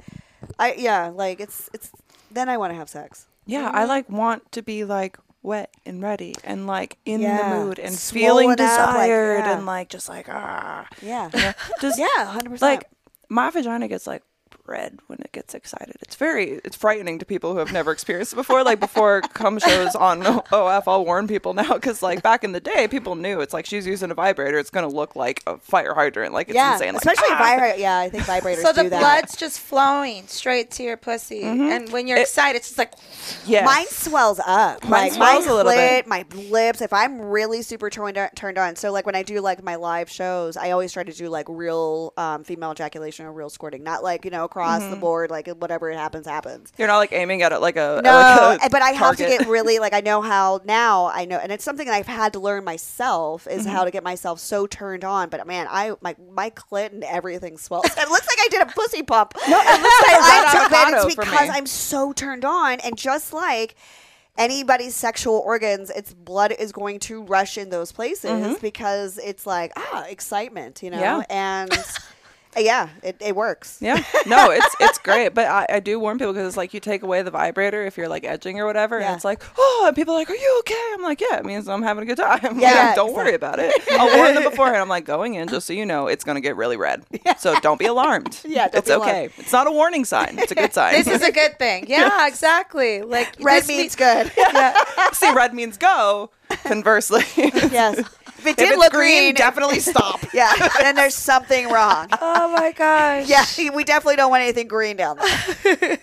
I yeah. Like it's it's. Then I want to have sex. Yeah, Mm-hmm. I like want to be like wet and ready and like in Yeah. the mood and Swollen feeling up, like, desired yeah. and like just like ah. Yeah. you know? Just Yeah, 100%. Like my vagina gets like red when it gets excited. It's very it's frightening to people who have never experienced it before. Like before cum shows on OF, I'll warn people now because like back in the day, people knew it's like she's using a vibrator. It's gonna look like a fire hydrant. Like it's yeah. insane. Like, Especially ah. vibra- Yeah, I think vibrators So the do that. blood's just flowing straight to your pussy, Mm-hmm. and when you're excited, it's just like Yes. Mine swells up. Mine like swells my a little clit, bit. My lips. If I'm really super turned on, turned on, so like when I do like my live shows, I always try to do like real um, female ejaculation or real squirting, not like you know across Mm-hmm. the board, like whatever happens happens. You're not like aiming at it like a No, eh, like a but I have to target. get really like I know how now I know, and it's something that I've had to learn myself is how to get myself so turned on. But man, I my my clit and everything swells. It looks like I did a pussy pump. No, it looks like red avocado It's for because me. I'm so turned on, and just like anybody's sexual organs, its blood is going to rush in those places because it's like ah excitement, you know, Yeah. and yeah, it, it works. Yeah. No, it's it's great, but I, I do warn people because it's like you take away the vibrator if you're like edging or whatever, Yeah. and it's like, oh, and people are like, are you okay? I'm like, yeah, it means I'm having a good time. Yeah, like, don't worry about it. I'll warn them beforehand. I'm like, going in just so you know, it's gonna get really red, so don't be alarmed. Yeah, don't it's be alarmed. okay. It's not a warning sign. It's a good sign. this is a good thing. Yeah, exactly. Like Red this me- means good. See, red means go. Conversely, if Yes. If it did it's look green, green, definitely stop. Yeah, then there's something wrong. Oh my gosh. Yeah, we definitely don't want anything green down there.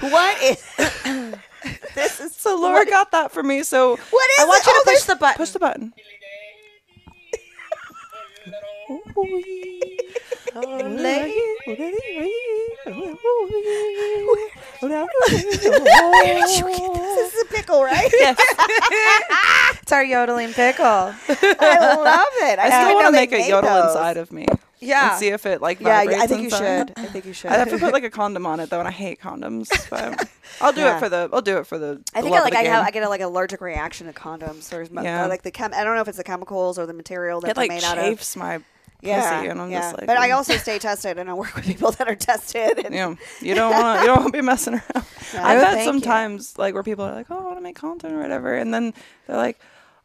what is this? Is So Laura got that for me. So what is? I want it? you to Oh, push there's- the button. Push the button. This is a pickle, right? It's our yodeling pickle. I love it. I, I still didn't want know to they make a made yodel those. inside of me. Yeah. And see if it like Yeah, vibrates yeah, I think you inside. should. I think you should. I'd have to put like a condom on it though, and I hate condoms. But I'll do Yeah. it for the. I'll do it for the. I the think love I of like the I have game. I get a, like allergic reaction to condoms or, mo- Yeah. or like the chem. I don't know if it's the chemicals or the material that It they're like made out of. chafes my Yeah, pussy, and I'm yeah. just like. but I mm. also stay tested and I work with people that are tested. And Yeah, you don't want to. You don't want to be messing around. I've No, had thank sometimes like where people are like, "Oh, I want to make content or whatever," and then they're like,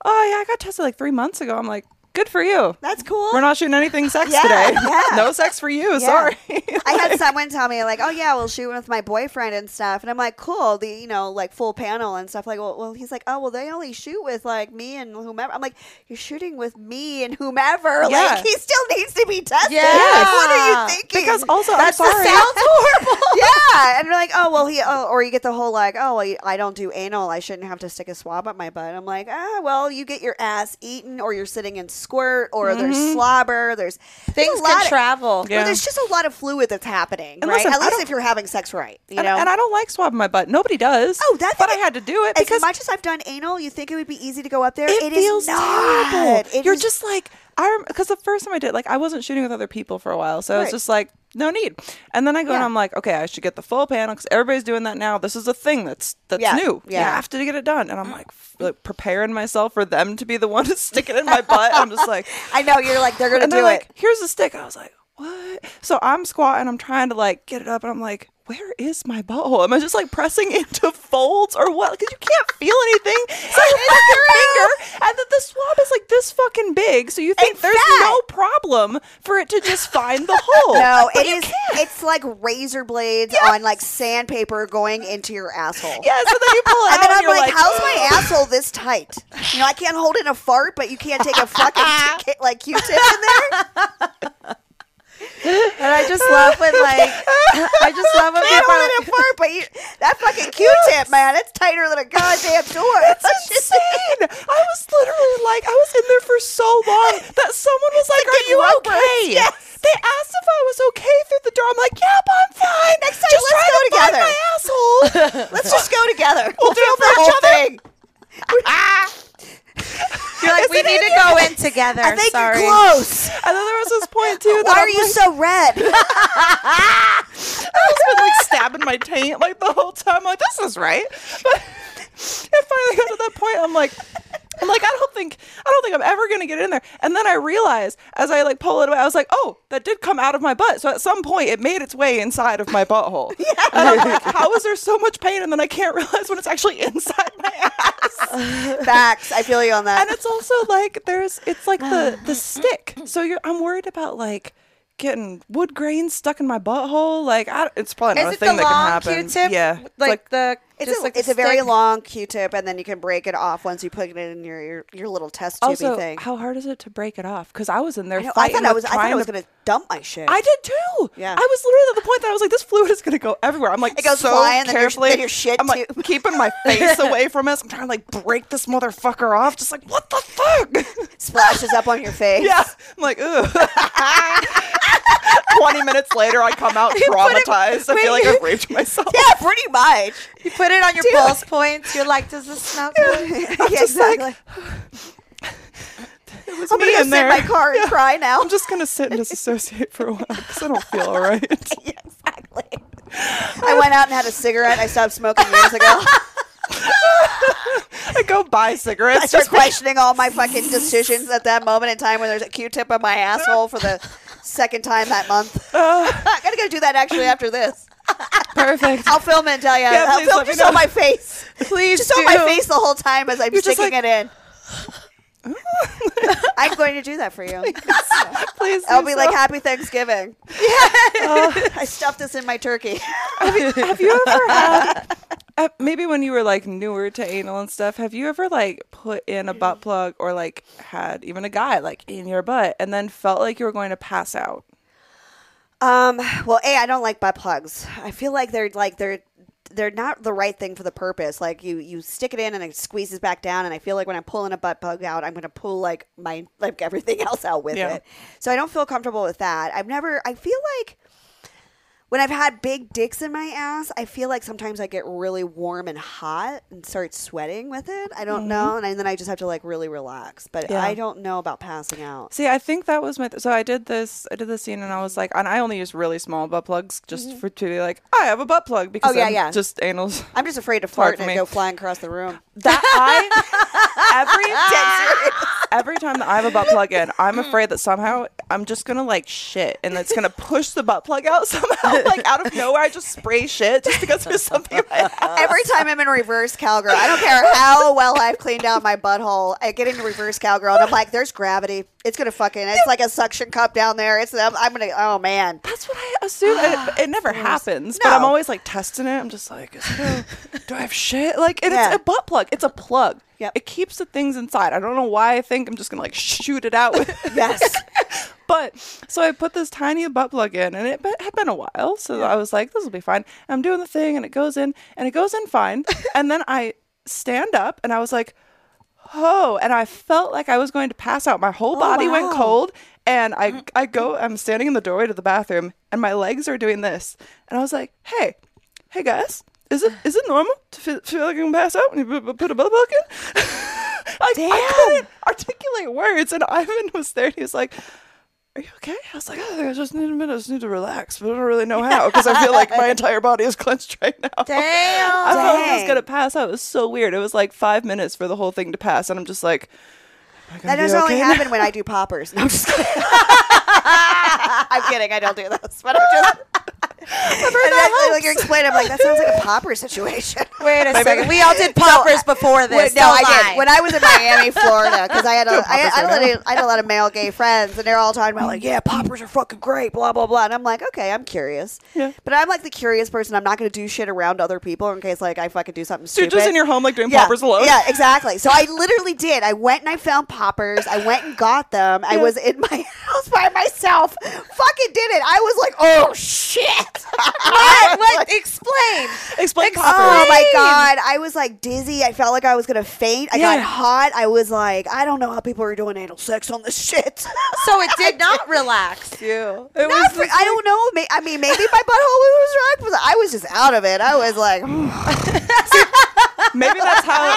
"Oh yeah, I got tested like three months ago." I'm like, "Good for you. that's cool. We're not shooting anything sex Yeah, today. yeah. No sex for you. Sorry." I had someone tell me like, "Oh yeah, we'll shoot with my boyfriend and stuff," and I'm like, "Cool, the you know like full panel and stuff." Like, well, well, he's like, "Oh well, they only shoot with like me and whomever." I'm like, "You're shooting with me and whomever." Yeah. Like, he still needs to be tested. Yeah. Like, what are you thinking? because also, I'm sorry. horrible. yeah, and you're like, "Oh well, he," oh, or you get the whole like, "Oh, well, I don't do anal. I shouldn't have to stick a swab up my butt." I'm like, "Ah, well, you get your ass eaten, or you're sitting in squirt, or Mm-hmm. there's slobber, there's Things a lot can of- travel. Yeah. well, there's just a lot of fluid that's happening, And right? listen, I At least don't- if you're having sex right, you and, know. and I don't like swabbing my butt. Nobody does. Oh, that But I thing- had to do it as because much as I've done anal, you think it would be easy to go up there? it, it is feels not. terrible. It You're is- just like I because the first time I did, like I wasn't shooting with other people for a while, so I Right. was just like, no need. And then I go and Yeah. I'm like, okay, I should get the full panel because everybody's doing that now. This is a thing that's that's Yeah. new. You Yeah. Mm. have to get it done. And I'm like, f- like preparing myself for them to be the one to stick it in my butt. I'm just like, I know you're like they're gonna and they're do like, it. here's the stick. I was like, what? So I'm squatting, I'm trying to like get it up, and I'm like. where is my butthole? Am I just like pressing into folds or what? Because you can't feel anything. It's like a fucking finger. And then the swab is like this fucking big. So you think It's there's fat. no problem for it to just find the hole. No, But it you is. can't. It's like razor blades on like sandpaper going into your asshole. Yeah, so then you pull And it out then and I'm you're like, like, how's my asshole this tight? You know, I can't hold in a fart, but you can't take a fucking t- ki- like Q-tip in there. And I just love when like I just love when can't people are hold in a fart, but you, that fucking Q-tip, man, it's tighter than a goddamn door. That's insane. I was literally like, I was in there for so long that someone was like, Are you okay? They asked if I was okay through the door. I'm like, Yep, I'm fine. Next time, just let's try go to find together. my asshole. Let's just go together. We'll do it for each other. Ah! You're like, we need to go in together. I think Sorry. you're close. And then there was this point too that Why I'm are you like, so red? I was been, like stabbing my taint like the whole time. I'm like, this is right. But it finally got to that point. I'm like, I'm like, I don't think, I don't think I'm ever gonna get in there. And then I realized as I like pull it away, I was like, oh, that did come out of my butt. So at some point, it made its way inside of my butthole. Yeah. And I'm like, how is there so much pain? And then I can't realize when it's actually inside my ass. Facts. I feel you on that. And it's also like there's, it's like the the stick. So you're, I'm worried about like. Getting wood grain stuck in my butthole, like I, don't- it's probably Is not a it thing the that can long happen. Q-tip? Yeah, Like, the It's, just a, like it's the a very stick? long Q-tip, and then you can break it off once you put it in your your, your little test tube also, thing. how hard is it to break it off? Because I was in there I know, I fighting. thought I with was. I trying thought I was to- gonna dump my shit. I did too. Yeah. I was literally at the point that I was like, this fluid is gonna go everywhere. I'm like, It goes so flying, then your- carefully. then your shit I'm like too. keeping my face away from us. I'm trying to like break this motherfucker off. Just like what the fuck? Splashes up on your face. yeah. I'm like, ooh. Twenty minutes later, I come out it- traumatized. I feel like wait. I've raped myself. Yeah, pretty much. You put it on your Dude. pulse points. You're like, does this smell good? yeah, exactly. It's I'm gonna me go in sit there. in my car and cry now. I'm just gonna sit and disassociate for a while because I don't feel all right. Yeah, exactly. I went out and had a cigarette. I stopped smoking years ago. I go buy cigarettes. I start questioning all my fucking decisions at that moment in time when there's a Q-tip on my asshole for the second time that month. I gotta go do that actually after this. Uh. perfect. I'll film it and tell you. Yeah, I'll please film let me just on know. my face. Please Just on my face the whole time as I'm You're just sticking like- it in. I'm going to do that for you. Please, I'll do be so. like, Happy Thanksgiving. I stuffed this in my turkey. Have you ever had? Uh, maybe when you were like newer to anal and stuff, have you ever like put in a butt plug or like had even a guy like in your butt and then felt like you were going to pass out? Um, well, A, I don't like butt plugs. I feel like they're like they're they're not the right thing for the purpose. Like you you stick it in and it squeezes back down and I feel like when I'm pulling a butt plug out, I'm going to pull like my like everything else out with Yeah. it. So I don't feel comfortable with that. I've never I feel like when I've had big dicks in my ass, I feel like sometimes I get really warm and hot and start sweating with it. I don't know, and then I just have to like really relax. But Mm-hmm. Yeah. I don't know about passing out. See, I think that was my. Th- so I did this. I did this scene, and I was like, and I only use really small butt plugs just for to be like, I have a butt plug because Mm-hmm. Oh, yeah, I'm yeah. just anal's. I'm just afraid to hard fart for and it me. go flying across the room. That I every every time that I have a butt plug in, I'm Mm. afraid that somehow I'm just gonna like shit and it's gonna push the butt plug out somehow, like out of nowhere. I just spray shit just because there's something in my ass. Every time I'm in reverse cowgirl, I don't care how well I've cleaned out my butthole. I get into reverse cowgirl and I'm like, "There's gravity. It's gonna fucking. It's like a suction cup down there. It's. I'm, I'm gonna. Oh man. That's what I assume. and It, it never happens, but I'm Ah, No. always like testing it. I'm just like, is it a- do I have shit? Like, and Yeah. it's a butt plug. It's a plug. Yep. It keeps the things inside. I don't know why I think I'm just gonna like shoot it out. With Yes. But so I put this tiny butt plug in, and it be- had been a while, so I was like, "This will be fine." I'm doing the thing, and it goes in, and it goes in fine. and then I stand up, and I was like, "Oh!" And I felt like I was going to pass out. My whole body went cold, and I I go. I'm standing in the doorway to the bathroom, and my legs are doing this, and I was like, "Hey, hey guys." Is it is it normal to feel, feel like you can pass out when you bu- bu- put a butt plug in? like, I couldn't articulate words, and Ivan was there, and he was like, are you okay? I was like, I think I just need a minute. I just need to relax, but I don't really know how because I feel like my entire body is clenched right now. Damn. I thought I was Dang. gonna pass out. It was so weird. It was like five minutes for the whole thing to pass, and I'm just like, am I gonna That be doesn't only okay now? happen when I do poppers. No, I'm just kidding. I'm kidding. I don't do this, but I'm just. and that's like you're explaining. I'm like, that sounds like a popper situation. Wait a second. We all did poppers before this. Wait, no, Don't I lie. did. When I was in Miami, Florida, because I had a, I, poppers I, had a right lot of, I had a lot of male gay friends, and they're all talking about like, yeah, poppers are fucking great, blah blah blah. And I'm like, okay, I'm curious. Yeah. But I'm like the curious person. I'm not going to do shit around other people in case like I fucking do something So you're stupid. just in your home, like doing yeah, poppers alone. Yeah, exactly. So I literally did. I went and I found poppers. I went and got them. I was in my house by myself. Fucking did it. I was like, oh shit. Oh What? What? Explain. Explain Ex- poppers. Oh my god! I was like dizzy. I felt like I was gonna faint. I Yeah. got hot. I was like, I don't know how people are doing anal sex on this shit. So it did not relax you. It Not for- I don't know. May- I mean, maybe my butthole was rocked, but I was just out of it. I was like, Maybe that's how.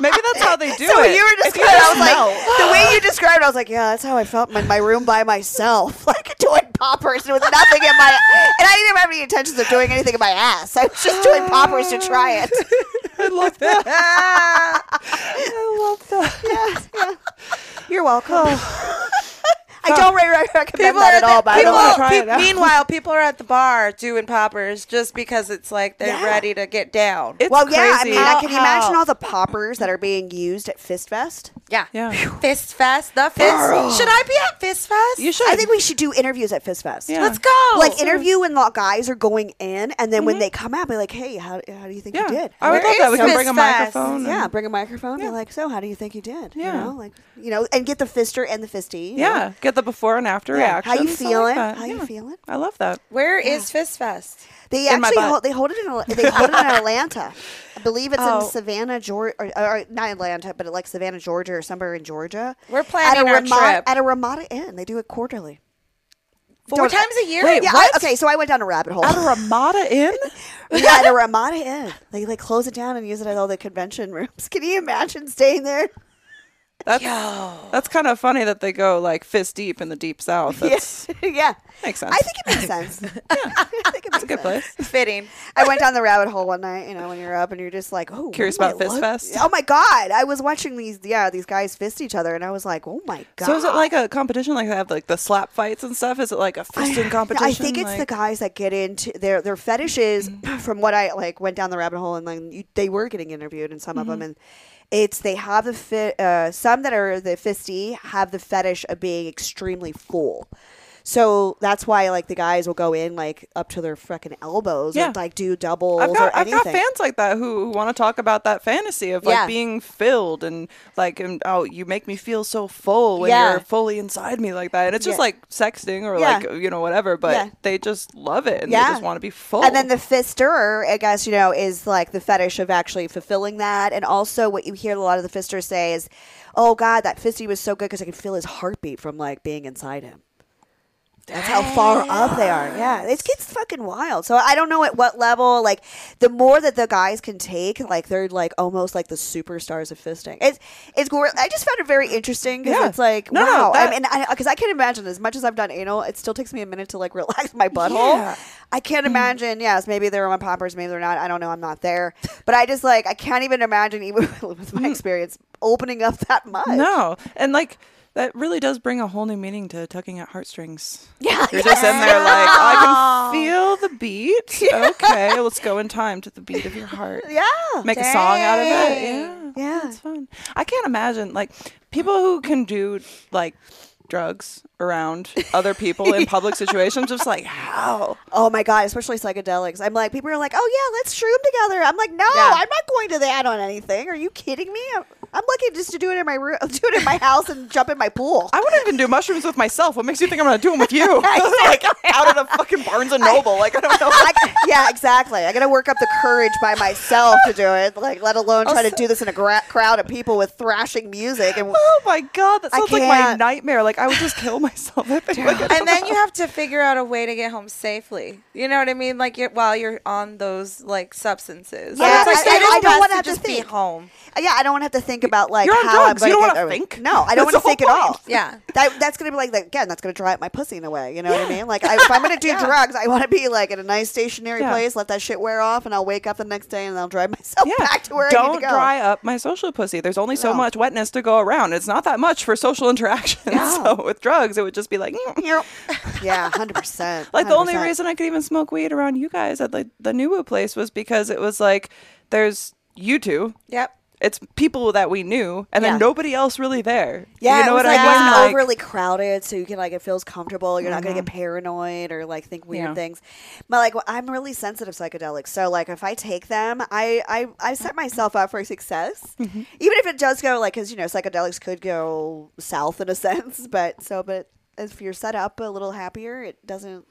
Maybe that's how they do so it. you were just. If you I was don't know. like, the way you described, it, I was like, yeah, that's how I felt in my room by myself, like doing poppers with nothing in my, and I didn't have any intentions of doing anything in my ass. I was just doing poppers to try it. I love that. Ah, I love that. You're welcome. I don't re- re- recommend People that are at all. at By the the, people, way. try pe- it out. meanwhile, people are at the bar doing poppers just because it's like they're Yeah. ready to get down. It's well, yeah. I crazy. mean, I How- can you imagine how- all the poppers that are being used at Fist Fest? yeah. yeah. Fist fest, the fist. Should I be at fist fest? You should. I think we should do interviews at Fist Fest. Yeah. Let's go. Like interview when the guys are going in, and then when they come out, be like, "Hey, how, how do you think Mm-hmm. Yeah. you did?" I Where would love that. We is can Miss bring a Fest? microphone. yeah, and- bring a microphone. Be like, "So, how do you think you did?" Yeah. you know, like you know, and get the fister and the fisty. you know? yeah. Get the before and after reaction. How you stuff feeling? Like that. How yeah. you feeling? I love that. Where is fist fest? They In my actually butt. hold, they hold it in Al- they hold it in Atlanta. I believe it's Oh. in Savannah, Georgia, or, or not Atlanta, but like Savannah, Georgia, or somewhere in Georgia. We're planning our Ramada, trip. at a Ramada Inn. They do it quarterly. Four Don't- times a year. Wait, Yeah. I- okay, so I went down a rabbit hole. At a Ramada Inn? yeah, at a Ramada Inn. They like close it down and use it at all the convention rooms. Can you imagine staying there? That's that's kind of funny that they go like fist deep in the deep south. That's yeah, makes sense. I think it makes sense. I think it makes a good sense. place. fitting. I went down the rabbit hole one night, you know, when you're up and you're just like, oh, Curious what am about I fist look- fest? Oh my god, I was watching these, yeah, these guys fist each other, and I was like, oh my god. So is it like a competition? Like they have like the slap fights and stuff? Is it like a fisting competition? I think it's the Like- Mm-hmm. guys that get into their their fetishes. from what I like, went down the rabbit hole, and then you, they were getting interviewed, and some of Mm-hmm. them, and it's they have the fit. Uh, some that are the fisty have the fetish of being extremely full. So that's why like the guys will go in like up to their freaking elbows Yeah. and like do doubles I've got or I've anything. got fans like that who, who want to talk about that fantasy of like Yeah. being filled and like and oh you make me feel so full when Yeah. you're fully inside me like that and it's just Yeah. like sexting or Yeah. like you know whatever but Yeah. they just love it and Yeah. they just want to be full And then the fister, I guess, you know, is like the fetish of actually fulfilling that. And also, what you hear a lot of the fisters say is, oh, God, that fisty was so good because I could feel his heartbeat from like being inside him. That's how far up they are. Yeah, it gets fucking wild. So I don't know at what level. Like, the more that the guys can take, like they're like almost like the superstars of fisting. It's it's. gor- I just found it very interesting because Yeah. it's like No, no, wow. that- I mean, because I, can imagine as much as I've done anal, it still takes me a minute to like relax my butthole. Yeah. I can't imagine. Yes, maybe they're on poppers, maybe they're not. I don't know. I'm not there. But I just like I can't even imagine even with my experience opening up that much. no and like that really does bring a whole new meaning to tugging at heartstrings Yeah. you're just in there like I can feel the beat okay let's go in time to the beat of your heart Yeah. make a song out of it yeah Dang. Yeah. It's fun. I can't imagine like people who can do like drugs around other people in public situations. Just like how? Oh my god, especially psychedelics. I'm like, people are like, oh yeah, let's shroom together. I'm like, no, Yeah. I'm not going to that on anything. Are you kidding me? I'm, I'm lucky just to do it in my room, do it in my house, and jump in my pool. I wouldn't even do mushrooms with myself. What makes you think I'm gonna do them with you? like out at a fucking Barnes and Noble. Like I don't know. I- yeah, exactly. I got to work up the courage by myself to do it. Like, let alone try to do this in a gra- crowd of people with thrashing music and. Oh my god, that I sounds like my can't. nightmare. Like I would just kill myself if I look at and then you have to figure out a way to get home safely. You know what I mean? Like you're, while you're on those like substances. Yeah, it's like, I- I- it is I don't best wanna to have to just be think. home. Yeah, I don't want to have to think think about like You're on how I'm drugs. You gonna don't get wanna over- think. No, I don't That's want to the whole think at all. point. Yeah. That, that's gonna be like that again. That's gonna dry up my pussy in a way. You know what I mean? Like I, if I'm gonna do drugs, I want to be like at a nice stationary Yeah. place. Let that shit wear off, and I'll wake up the next day and I'll drive myself Yeah. back to where Don't I need to go. dry up my social pussy. There's only so No. much wetness to go around. It's not that much for social interaction. So with drugs, it would just be like, yeah, hundred percent. like the only reason I could even smoke weed around you guys at like the Nubu place was because it was like, there's you two. Yep. It's people that we knew, and Yeah. then nobody else really there. Yeah, you know it was what like I mean? wasn't Like, Mm-hmm. overly crowded, so you can like it feels comfortable. You're not gonna get paranoid or like think weird Yeah. things. But like I'm really sensitive to psychedelics, so like if I take them, I I, I set myself up for success, Mm-hmm. even if it does go like because you know psychedelics could go south in a sense, but so but if you're set up a little happier, it doesn't.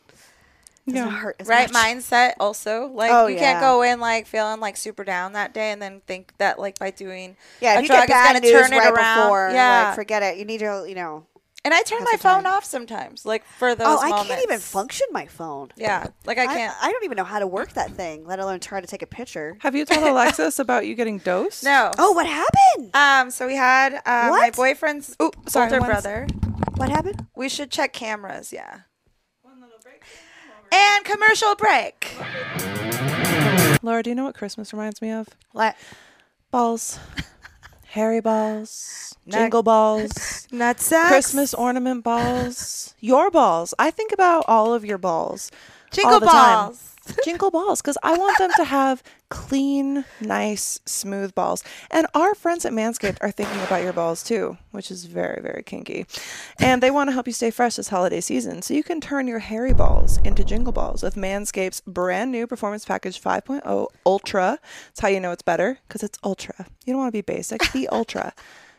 doesn't Yeah. hurt as right much. mindset also like Oh, you yeah. can't go in like feeling like super down that day and then think that like by doing Yeah, a if you drug get bad is news going to turn right it around before, yeah like, forget it. You need to, you know. and i turn half my the time. phone off sometimes like for those Oh, I can't moments. even function my phone. yeah like i can't I, don't even know how to work that thing, let alone try to take a picture. have you told Alexis about you getting dosed? no Oh, what happened? um so we had uh, my What? boyfriend's Ooh, sorry, older one s- brother What happened? we should check cameras yeah and commercial break Laura, do you know what Christmas reminds me of? what Balls. Hairy balls. Neck. Jingle balls. not sex Christmas ornament balls. Your balls. I think about all of your balls. Jingle all the time. balls. Jingle balls, because I want them to have clean, nice, smooth balls. And our friends at Manscaped are thinking about your balls too, which is very, very kinky. And they want to help you stay fresh this holiday season. So you can turn your hairy balls into jingle balls with Manscaped's brand new Performance Package 5.0 Ultra. That's how you know it's better, because it's ultra. You don't want to be basic, be ultra.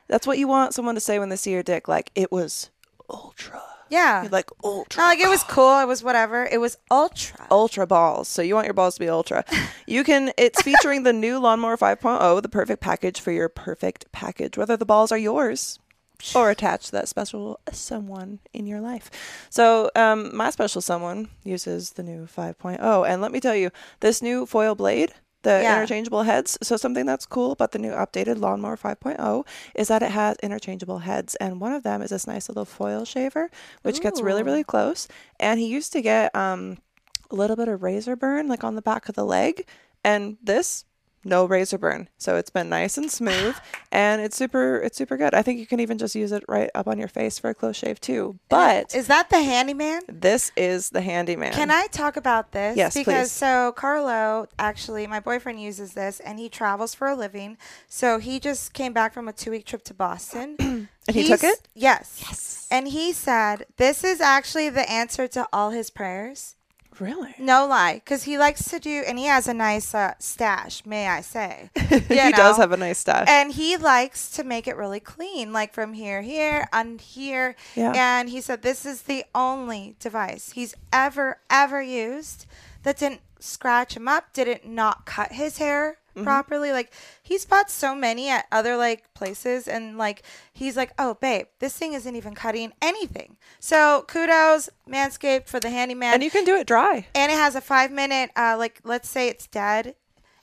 That's what you want someone to say when they see your dick, like, it was ultra. yeah You're like, ultra not like it was cool it was whatever it was ultra ultra balls. So you want your balls to be ultra. You can it's featuring the new Lawnmower 5.0, the perfect package for your perfect package, whether the balls are yours or attached to that special someone in your life. So um, my special someone uses the new 5.0, and let me tell you, this new foil blade. The Yeah. interchangeable heads. So something that's cool about the new updated Lawnmower 5.0 is that it has interchangeable heads, and one of them is this nice little foil shaver, which gets really really close. And he used to get um, a little bit of razor burn like on the back of the leg and this no razor burn so it's been nice and smooth and it's super it's super good i think you can even just use it right up on your face for a close shave too but is that the handyman this is the handyman Can I talk about this? Yes, because please. so Carlo, actually, my boyfriend uses this, and he travels for a living. So he just came back from a two-week trip to Boston, and he took it? Yes. Yes. And he said, "This is actually the answer to all his prayers." really No lie, because he likes to do, and he has a nice uh, stash, may I say? he does have a nice stash And he likes to make it really clean, like from here, here, and here. Yeah. And he said this is the only device he's ever, ever used that didn't scratch him up, didn't not cut his hair Mm-hmm. properly. Like he's bought so many at other like places and like he's like, Oh babe, this thing isn't even cutting anything. So kudos, Manscaped for the handyman and you can do it dry and it has a five minute uh like let's say it's dead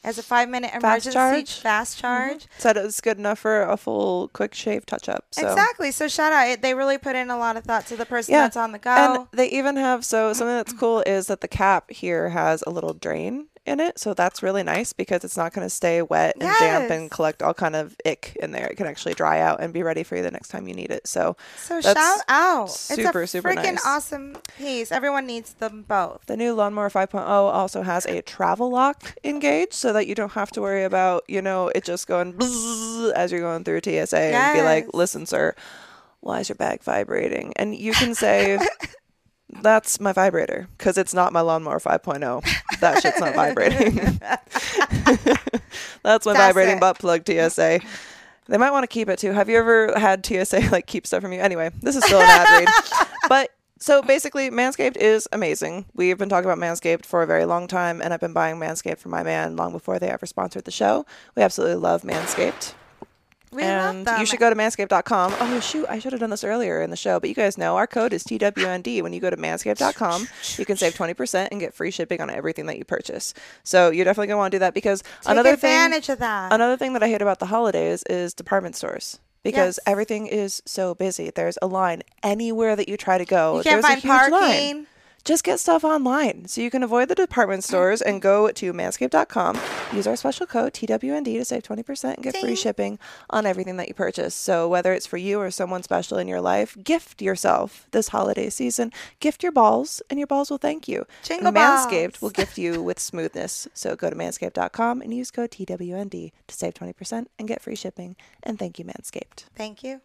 as a five minute emergency charge? Mm-hmm. fast charge said it was good enough for a full quick shave touch up so exactly so shout out It- they really put in a lot of thought to the person that's on the go And they even have so something that's cool is that the cap here has a little drain in it, so that's really nice because it's not going to stay wet and damp and Yes. collect all kind of ick in there. It can actually dry out and be ready for you the next time you need it. So, so that's shout out super, it's a super freaking nice. awesome piece everyone needs them both The new Lawnmower 5.0 also has a travel lock engaged so that you don't have to worry about, you know, it just going bzzz as you're going through TSA and be like, Yes. listen, sir, why is your bag vibrating? And you can say, that's my vibrator because it's not my Lawnmower 5.0. That shit's not vibrating. that's my That's vibrating it. butt plug TSA. They might want to keep it too. Have you ever had TSA like keep stuff from you? Anyway, this is still an ad read. But so basically, Manscaped is amazing. We've been talking about Manscaped for a very long time, and I've been buying Manscaped for my man long before they ever sponsored the show. We absolutely love Manscaped. We and love them. you should go to manscaped.com. Oh, shoot. I should have done this earlier in the show, but you guys know our code is TWND. When you go to manscaped.com, you can save 20% and get free shipping on everything that you purchase. So you're definitely going to want to do that because another advantage thing, of that. Another thing that I hate about the holidays is department stores. Because Yes. everything is so busy. There's a line anywhere that you try to go. You can't There's find a huge parking. Line. Just get stuff online so you can avoid the Oh, department stores and go to manscaped.com. Use our special code TWND to save 20% and get free shipping on everything that you purchase. So, whether it's for you or someone special in your life, gift yourself this holiday season. Gift your balls, and your balls will thank you. And Jingle Manscaped balls. will gift you with smoothness. So, go to manscaped.com and use code TWND to save 20% and get free shipping. And thank you, Manscaped. Thank you.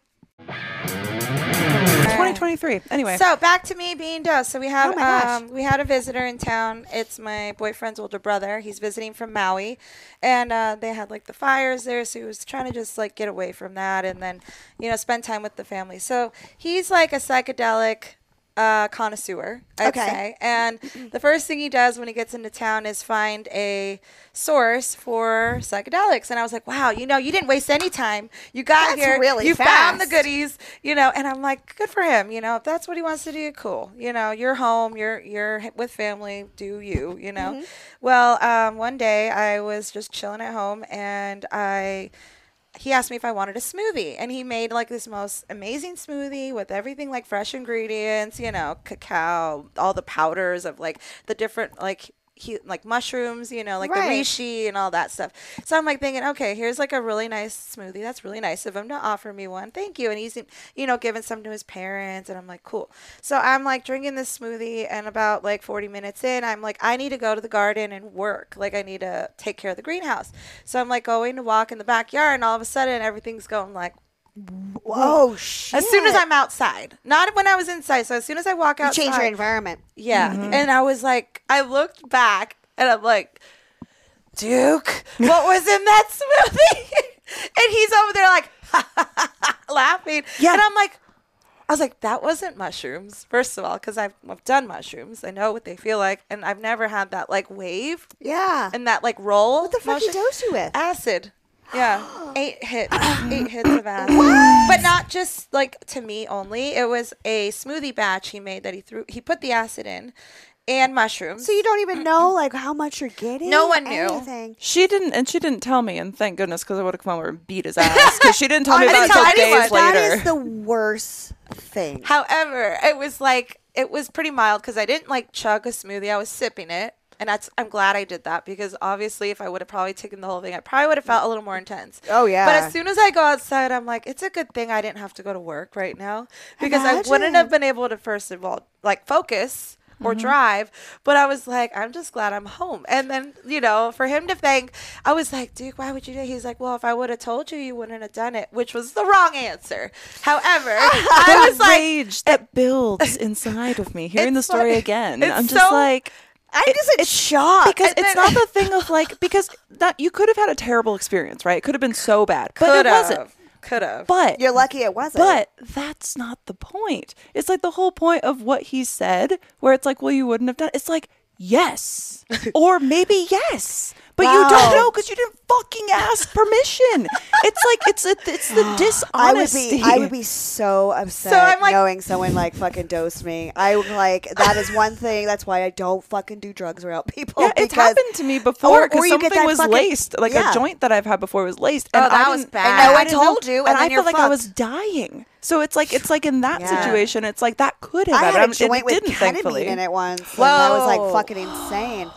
2023. Anyway. So back to me being dust. So we had Oh my gosh. um, we had a visitor in town. It's my boyfriend's older brother. He's visiting from Maui, and uh, they had like the fires there, so he was trying to just like get away from that and then you know spend time with the family. So he's like a psychedelic. Uh, connoisseur, I'd Okay. say. And the first thing he does when he gets into town is find a source for psychedelics. And I was like, wow, you know, you didn't waste any time. You got That's here. really you found the fast. good goodies, you know, and I'm like, good for him, you know, if that's what he wants to do, cool. You know, you're home, you're you're h- with family, do you, you know. Well, um, one day I was just chilling at home and I he asked me if I wanted a smoothie, and he made like this most amazing smoothie with everything like fresh ingredients, you know, cacao, all the powders of like the different like he like mushrooms, you know, like the Right. reishi and all that stuff. So I'm like thinking, okay, here's like a really nice smoothie. That's really nice of him to offer me one. Thank you. And he's you know giving some to his parents, and I'm like, cool. So I'm like drinking this smoothie, and about like 40 minutes in, I'm like, I need to go to the garden and work. Like I need to take care of the greenhouse. So I'm like going to walk in the backyard, and all of a sudden everything's going like. Oh, Whoa, shit. As soon as I'm outside, not when I was inside. So as soon as I walk you outside, change your environment. yeah. And I was like, I looked back and I'm like, Duke, what was in that smoothie? and he's over there like laughing. Yeah. And I'm like, I was like, that wasn't mushrooms, first of all, because I've, I've done mushrooms. I know what they feel like. And I've never had that like wave Yeah. and that like roll. What the fuck he dosed you with? Acid. Yeah, eight hits, eight hits of acid, but not just like to me only. It was a smoothie batch he made that he threw. He put the acid in, and mushrooms. so you don't even know like how much you're getting. No one knew. Anything. She didn't, and she didn't tell me, and thank goodness, because I would have come over and beat his ass. Because she didn't tell me I about didn't it tell until anyone. days That later. is the worst thing. However, it was like it was pretty mild because I didn't like chug a smoothie. I was sipping it, and that's I'm glad I did that because obviously, if I would have probably taken the whole thing, I probably would have felt a little more intense. Oh, yeah. But as soon as I go outside, I'm like, it's a good thing I didn't have to go to work right now because I wouldn't have been able to first of all like focus. Mm-hmm. Or drive, but I was like, I'm just glad I'm home. And then, you know, for him to think, I was like, Duke, why would you do? it?" He's like, Well, if I would have told you, you wouldn't have done it, which was the wrong answer. However, I was like, rage that builds inside of me. Hearing the It's story like- again, it's I'm just so- like I'm just in shock. because and it's then- not the thing of like because that you could have had a terrible experience, right? It could have been so bad, but it wasn't. Could have. But you're lucky it wasn't. But that's not the point. It's like the whole point of what he said, where it's like, well, you wouldn't have done. It's like, yes, or maybe yes, but you don't Wow. know because you didn't fucking ask permission. it's like it's a, it's the I would dishonesty. be I would be so upset So I'm like- knowing someone like fucking dosed me. I would like that is one thing. That's why I don't fucking do drugs around people. Yeah, it's because- happened to me before or because you get something that was fucking- laced, like Yeah. a joint that I've had before was laced. Oh, And that I was didn't- bad. I know, I didn't told you, and and then I you're felt like I was fucked. dying. So it's like it's like in that Yeah. situation, it's like that could have I had happened. a joint it with didn't, ketamine thankfully. in it once. And I was Whoa. like fucking insane.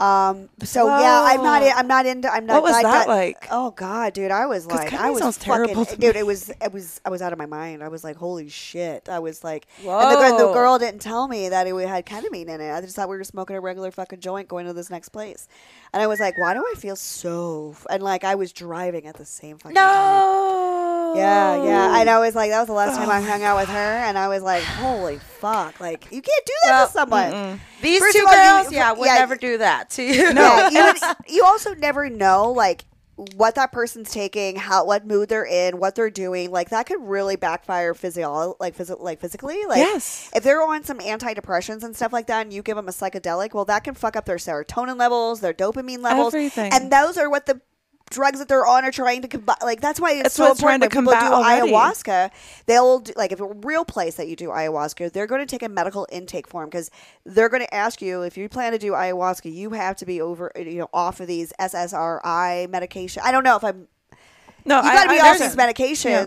Um. So yeah, I'm not. In, I'm not into. I'm not. What was I that got- like? Oh god, dude, I was like, I ketamine was sounds fucking, terrible to dude. me. It was. It was. I was out of my mind. I was like, holy shit. I was like, and the, girl- the Whoa. girl didn't tell me that it had ketamine in it. I just thought we were smoking a regular fucking joint going to this next place, and I was like, why do I feel so? F-? And like, I was driving at the same fucking time. no. Yeah, yeah. Oh. And I was like, that was the last time I hung out with her, and I was like, holy fuck, like you can't do that Well, to someone. These First two of all, you- girls, yeah, would yeah, never do that to you. No, you, would- you also never know like what that person's taking, how what mood they're in, what they're doing. Like that could really backfire physio- like phys- like physically. Like Yes. if they're on some antidepressants and stuff like that, and you give them a psychedelic, well, that can fuck up their serotonin levels, their dopamine levels, Everything. and those are what the drugs that they're on are trying to combat. Like that's why it's That's so what it's important trying to when people do combat already. ayahuasca. They'll do, like if a real place that you do ayahuasca, they're going to take a medical intake form because they're going to ask you if you plan to do ayahuasca, you have to be over you know off of these SSRI medication. I don't know if I'm No, you I- got to be I off these understand.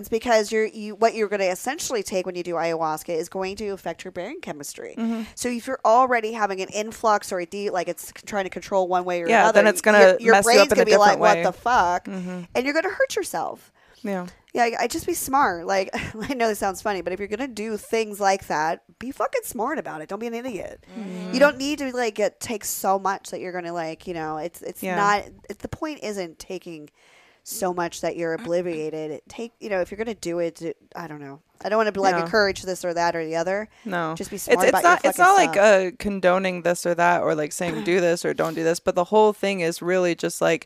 medications because you're you what you're going to essentially take when you do ayahuasca is going to affect your brain chemistry. Mm-hmm. So if you're already having an influx or a de- like it's c- trying to control one way or Yeah, another, then it's y- gonna your, your mess you brain's up in a gonna be like different way. Mm-hmm. what the fuck, and you're going to hurt yourself. Yeah. Yeah, I- I just be smart. Like I know this sounds funny, but if you're gonna do things like that, be fucking smart about it. Don't be an idiot. Mm-hmm. You don't need to like get, take so much that you're gonna like you know. It's it's Yeah. not. It's the point isn't taking so much that you're obliviated. It take you know if you're gonna do it, do- I don't know. I don't want to like No. encourage this or that or the other. No, just be smart It's, it's about your not. it's fucking not like stuff. uh, condoning this or that, or like saying do this or don't do this. But the whole thing is really just like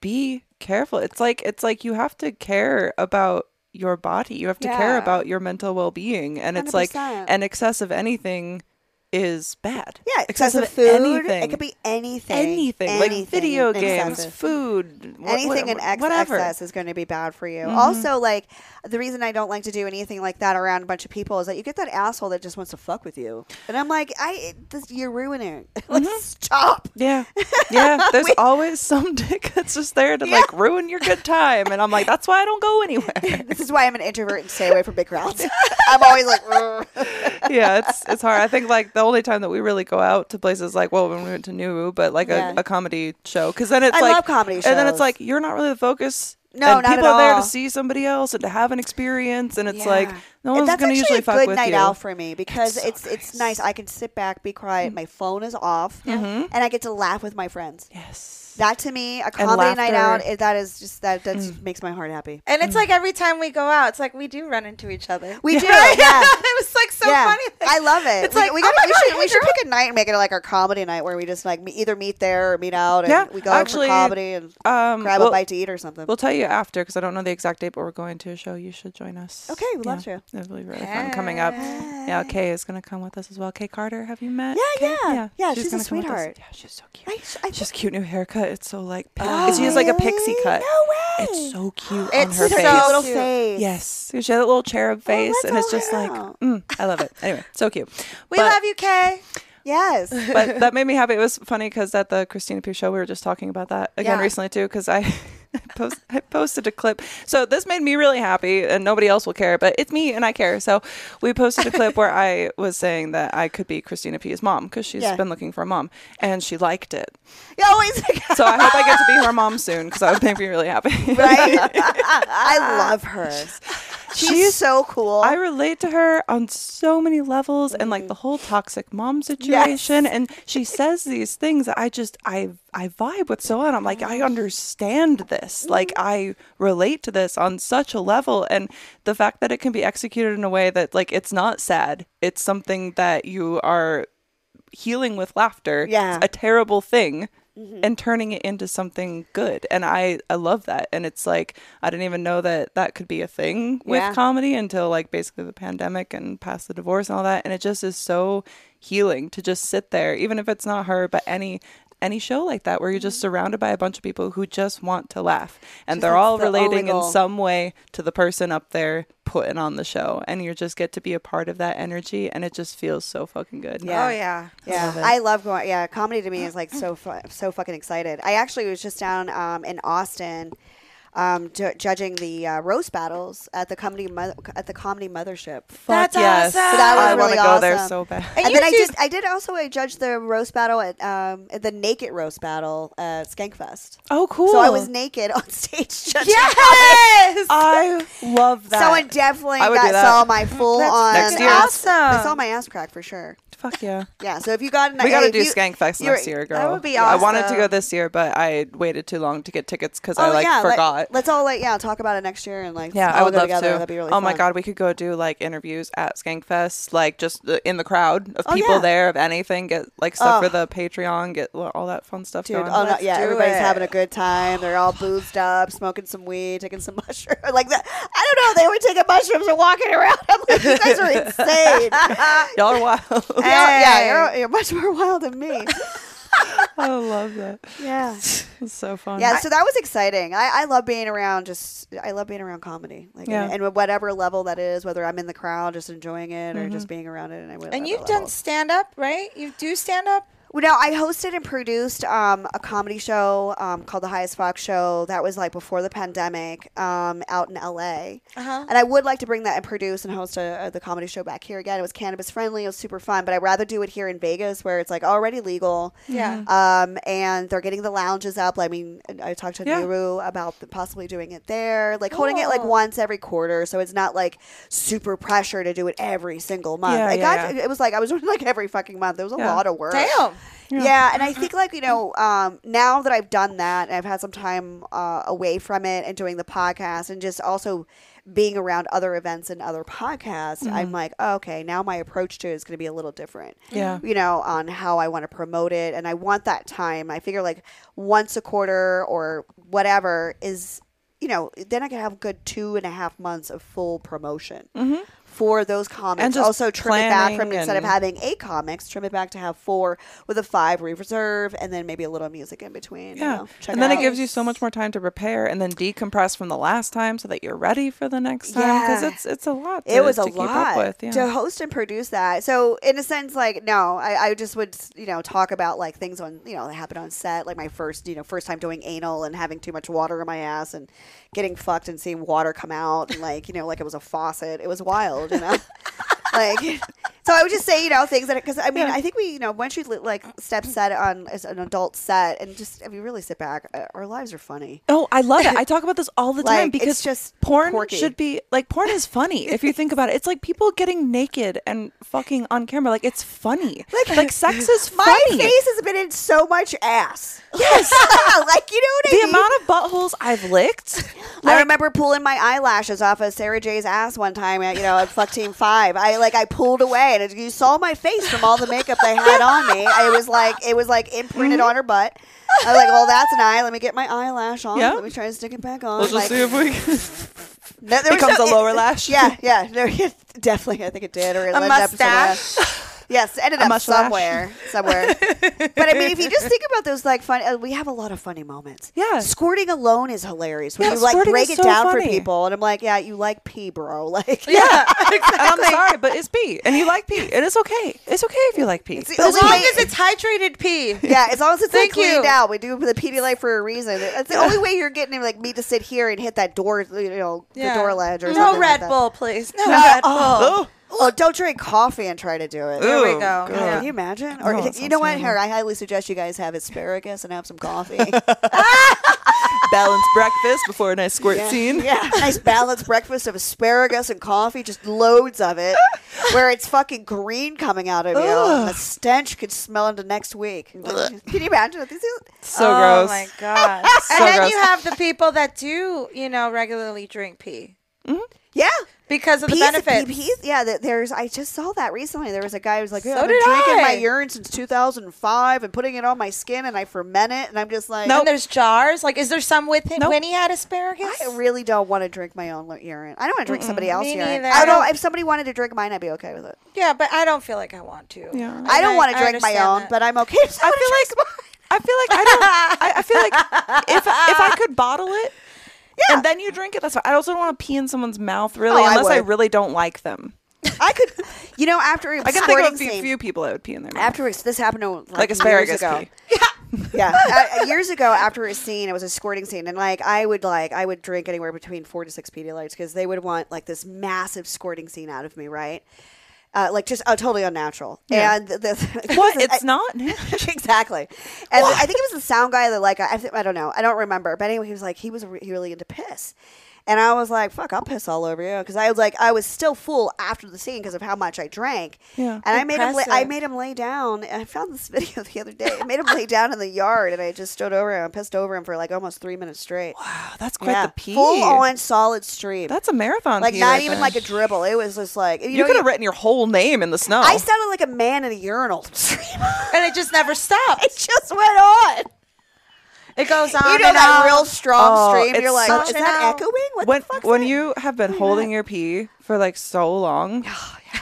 be careful. It's like it's like you have to care about your body. You have to care Yeah. about your mental well being, and it's like 100%. an excess of anything is bad. yeah, excessive of food. anything. It could be anything. anything, like video games, Excessive. food, wha- anything in wha- ex- whatever. Mm-hmm. excess is going to be bad for you. Also, like the reason I don't like to do anything like that around a bunch of people is that you get that asshole that just wants to fuck with you, and I'm like, I it- this, you're ruining. it. like Mm-hmm. stop. Yeah, yeah. There's always some dick that's just there to like ruin your good time, and I'm like, that's why I don't go anywhere. This is why I'm an introvert and stay away from big crowds. I'm always like, "Ugh." yeah, it's it's hard. I think like the only time that we really go out to places like well when we went to Nuru, but like Yeah. a, a comedy show because then it's I like love comedy and then it's shows. like you're not really the focus. No, and not at people are there all. to see somebody else and to have an experience, and it's Yeah. like no And one's that's gonna actually usually a fuck good with night you. out for me because it's it's nice. I can sit back, be quiet. Mm-hmm. My phone is off, and I get to laugh with my friends. yes, That to me, a comedy night out, laughter. Mm. it- that is just that that just makes my heart happy. And it's like every time we go out, it's like we do run into each other. Mm. We do, yeah. it was like so funny. I love it. It's we, like, we, oh gotta- my we God, should hey, we should girl. pick a night and make it like our comedy night where we just like me, either meet there or meet out and Yeah, we go out actually, for comedy and um, grab a well- bite to eat or something. we'll tell you after because I don't know the exact date, but we're going to a show. You should join us. Okay, we'd love yeah. to. It'll be really fun coming up. Yeah, Kay is gonna come with us as well. Kay Carter, have you met? Yeah, Kay? yeah. Yeah, she's a gonna come with us. sweetheart. Yeah, she's so cute. I, I, She's cute new haircut. It's so like pink. she has like a pixie cut. No way. It's so cute on It's her Look at face. so her little cute. face. Yes, she has that little cherub face, Oh, let's and it's all just hang like, out. mm, I love it. Anyway, so cute. We But- love you, Kay. Yes. but that made me happy. It was funny because at the Christina Pugh show, we were just talking about that again Yeah. recently too. Because I, I post, I posted a clip. So this made me really happy, and nobody else will care, but it's me and I care. So we posted a clip where I was saying that I could be Christina Pugh's mom because she's Yeah. been looking for a mom, and she liked it. You always So I hope I get to be her mom soon because that would make me really happy. right. I love her. She's, so cool. Mm. I relate to her on so many levels and like the whole toxic mom situation and she says these things that I just I I vibe with so on. I'm like I understand this. Mm-hmm. Like I relate to this on such a level and the fact that it can be executed in a way that like it's not sad. It's something that you are healing with laughter. Yeah. It's a terrible thing Mm-hmm. and turning it into something good. And I, I love that. And it's like, I didn't even know that that could be a thing with Yeah. comedy until like basically the pandemic and past the divorce and all that. And it just is so healing to just sit there, even if it's not her, but any any show like that where you're just surrounded by a bunch of people who just want to laugh Mm-hmm. Just and they're that's all the only relating in goal. some way to the person up there putting on the show and you just get to be a part of that energy and it just feels so fucking good Yeah. Oh yeah. Yeah, love it. I love going. Yeah, comedy to me is like so fu- so fucking excited. I actually was just down um, in Austin, um, ju- judging the uh, roast battles at the comedy mo- at the comedy mothership. Fuck That's awesome. That was I want really to go there awesome. so bad. And, And then you I do- just I did also I judged the roast battle at um, at the naked roast battle at Skankfest. Oh, cool. So I was naked on stage judging. Yes. I love that. Someone definitely I would got do that. saw my full on Next year. ass. They awesome. saw my ass crack for sure. Fuck yeah. Yeah. So if you got an We got to if do you- Skankfest you're- next year, girl. would be I wanted to go awesome. this year, but I waited too long to get tickets because I Oh, like yeah, let- forgot. let's all like yeah talk about it next year and like yeah, all I would go love together. to. That'd be really oh my fun. god, we could go do like interviews at Skankfest, like just the- in the crowd of Oh, people yeah. there, of anything. Get like stuff Oh. for the Patreon, get lo- all that fun stuff Dude, going. oh no, yeah, do everybody's it. having a good time. They're all boozed up, smoking some weed, taking some mushrooms. Like that, I don't know. They were taking mushrooms and walking around. I'm like, you guys are insane. Y'all are wild. Yeah, yeah, Hey. you're, you're much more wild than me. I love that. Yeah. It's so fun. Yeah, so that was exciting. I, I love being around just I love being around comedy. Like Yeah. and, and whatever level that is, whether I'm in the crowd just enjoying it or Mm-hmm. just being around it and I And you've done stand up, right? You do stand up? Well, no, I hosted and produced um, a comedy show um, called The Highest Fox Show. That was like before the pandemic um, out in LA. Uh-huh. And I would like to bring that and produce and host a, a, the comedy show back here again. It was cannabis friendly, it was super fun, but I'd rather do it here in Vegas where it's like already legal. Yeah. Um, and they're getting the lounges up. I mean, I talked to Mm-hmm. Yeah. Nuru about the, possibly doing it there, like holding it like once every quarter. So it's not like super pressure to do it every single month. Yeah, I yeah, got, yeah. It was like I was doing like every fucking month. It was a Yeah. lot of work. Damn. Yeah. and I think like you know, um, now that I've done that and I've had some time uh, away from it and doing the podcast and just also being around other events and other podcasts, Mm-hmm. I'm like, oh, okay, now my approach to it is going to be a little different. Yeah. you know, on how I want to promote it, and I want that time. I figure like once a quarter or whatever is. You know, then I can have good two and a half months of full promotion for those comics. Mm-hmm. just also trim it back planning from instead of and- having having eight comics, trim it back to have four with a five reserve, and then maybe a little music in between. Yeah. You know, check and then out. it gives you so much more time to prepare and then decompress from the last time so that you're ready for the next time because Yeah. it's it's a lot. To, It was a to Keep up lot with. Yeah. to host and produce that. So in a sense, like no, I, I just would you know talk about like things on you know that happened on set, like my first you know first time doing anal and having too much water in my ass and getting fucked and seeing water come out and like you know like it was a faucet. It was wild, you know. like so i would just say you know things that because i mean i think we you know once you li- like step set on as an adult set and just i mean really sit back uh, our lives are funny Oh, I love it. I talk about this all the time Like, it's because just porn quirky. should be like porn is funny if you think about it. It's like people getting naked and fucking on camera. Like it's funny. Like, sex is funny. my face has been in so much ass Yes. like you know what the i mean amount of buttholes I've licked. I remember pulling my eyelashes off of Sarah J's ass one time at you know at Fuck Team Five. I like I pulled away and it, you saw my face from all the makeup they had on me. I was like it was like imprinted Mm-hmm. on her butt. I was like, well, that's an eye. Let me get my eyelash off. Yeah. Let me try to stick it back on. Let's just Like, see if we can. No, there was Becomes no- a lower lash. Yeah, yeah, no, yeah, definitely. I think it did, or it A ended up somewhere. mustache. Yes, ended up mustache. somewhere, somewhere. but I mean, if you just think about those, like fun, uh, we have a lot of funny moments. Yeah. squirting alone is hilarious when Yeah, you like squirting break is it so down for funny. people, and I'm like, yeah, you like pee, bro. Like, Yeah, exactly. I'm sorry, but it's pee, and you like pee, and it's okay. It's okay if you like pee. It's- As Believe long it. as it's hydrated pee. Yeah, as long as it's like Thank cleaned you. out, we do the Pedialyte for a reason. That's the only way you're getting like me to sit here and hit that door, you know, Yeah. the door ledge or No something like Red that. Bull, please. No, Red Bull. oh, Oh, don't drink coffee and try to do it. There Ooh, we go. God. Yeah. Can you imagine? Or Oh, that you know sounds what, terrible. Here, I highly suggest you guys have asparagus and have some coffee. balanced breakfast before a nice squirt scene. yeah, nice balanced breakfast of asparagus and coffee, just loads of it, where it's fucking green coming out of you. and The stench could smell into next week. Can you imagine? This is- So oh gross. my god. So and then gross. you have the people that do, you know, regularly drink pee Yeah. because of the Peas- benefits. peas- yeah, th- there's. I just saw that recently. There was a guy who was like, yeah, So "I've been did drinking I. my urine since 2005 and putting it on my skin, and I ferment it, and I'm just like, And there's jars. Like, is there some with him Nope. when he had asparagus? I really don't want to drink my own lo- urine. I don't want to drink somebody else's Me urine. neither. I don't. I- If somebody wanted to drink mine, I'd be okay with it. yeah, but I don't feel like I want to. Yeah. I don't I- want I to drink my understand own, that. but I'm okay. If I feel like I feel like I don't. I, I feel like if if I could bottle it, and then you drink it, that's fine. I also don't want to pee in someone's mouth, really, Oh, I unless I, would. really don't like them. I could, you know, after a I can think of squirting a few, scene. few people that would pee in their mouth. After it's- this happened to like, like years asparagus ago. pee. Yeah, uh, years ago after a scene, it was a squirting scene, and like I would like I would drink anywhere between four to six Pedialytes because they would want like this massive squirting scene out of me, right? Uh, like just uh, totally unnatural. And the, the What? It's not. exactly. And I think it was the sound guy that like I, th- I don't know I don't remember, but anyway, he was like he was re- really into piss, and I was like fuck I'll piss all over you because I was like I was still full after the scene because of how much I drank. Yeah. And I made him la- I Impressive. made him lay down. I found this video the other day. I made him lay down in the yard, and I just stood over him, pissed over him for like almost three minutes straight. Wow, that's quite Yeah. the pee. Full on solid stream. That's a marathon. like pee not right even there. like a dribble. It was just like you, You, know, could you- have written your whole name in the snow. I sounded like a man in a urinal stream. And it just never stopped. it just went on. It goes on. you know and that on. real strong Oh, stream. it's You're like, such is an that out- echoing? What when the fuck's when that?" you have been holding your pee for like so long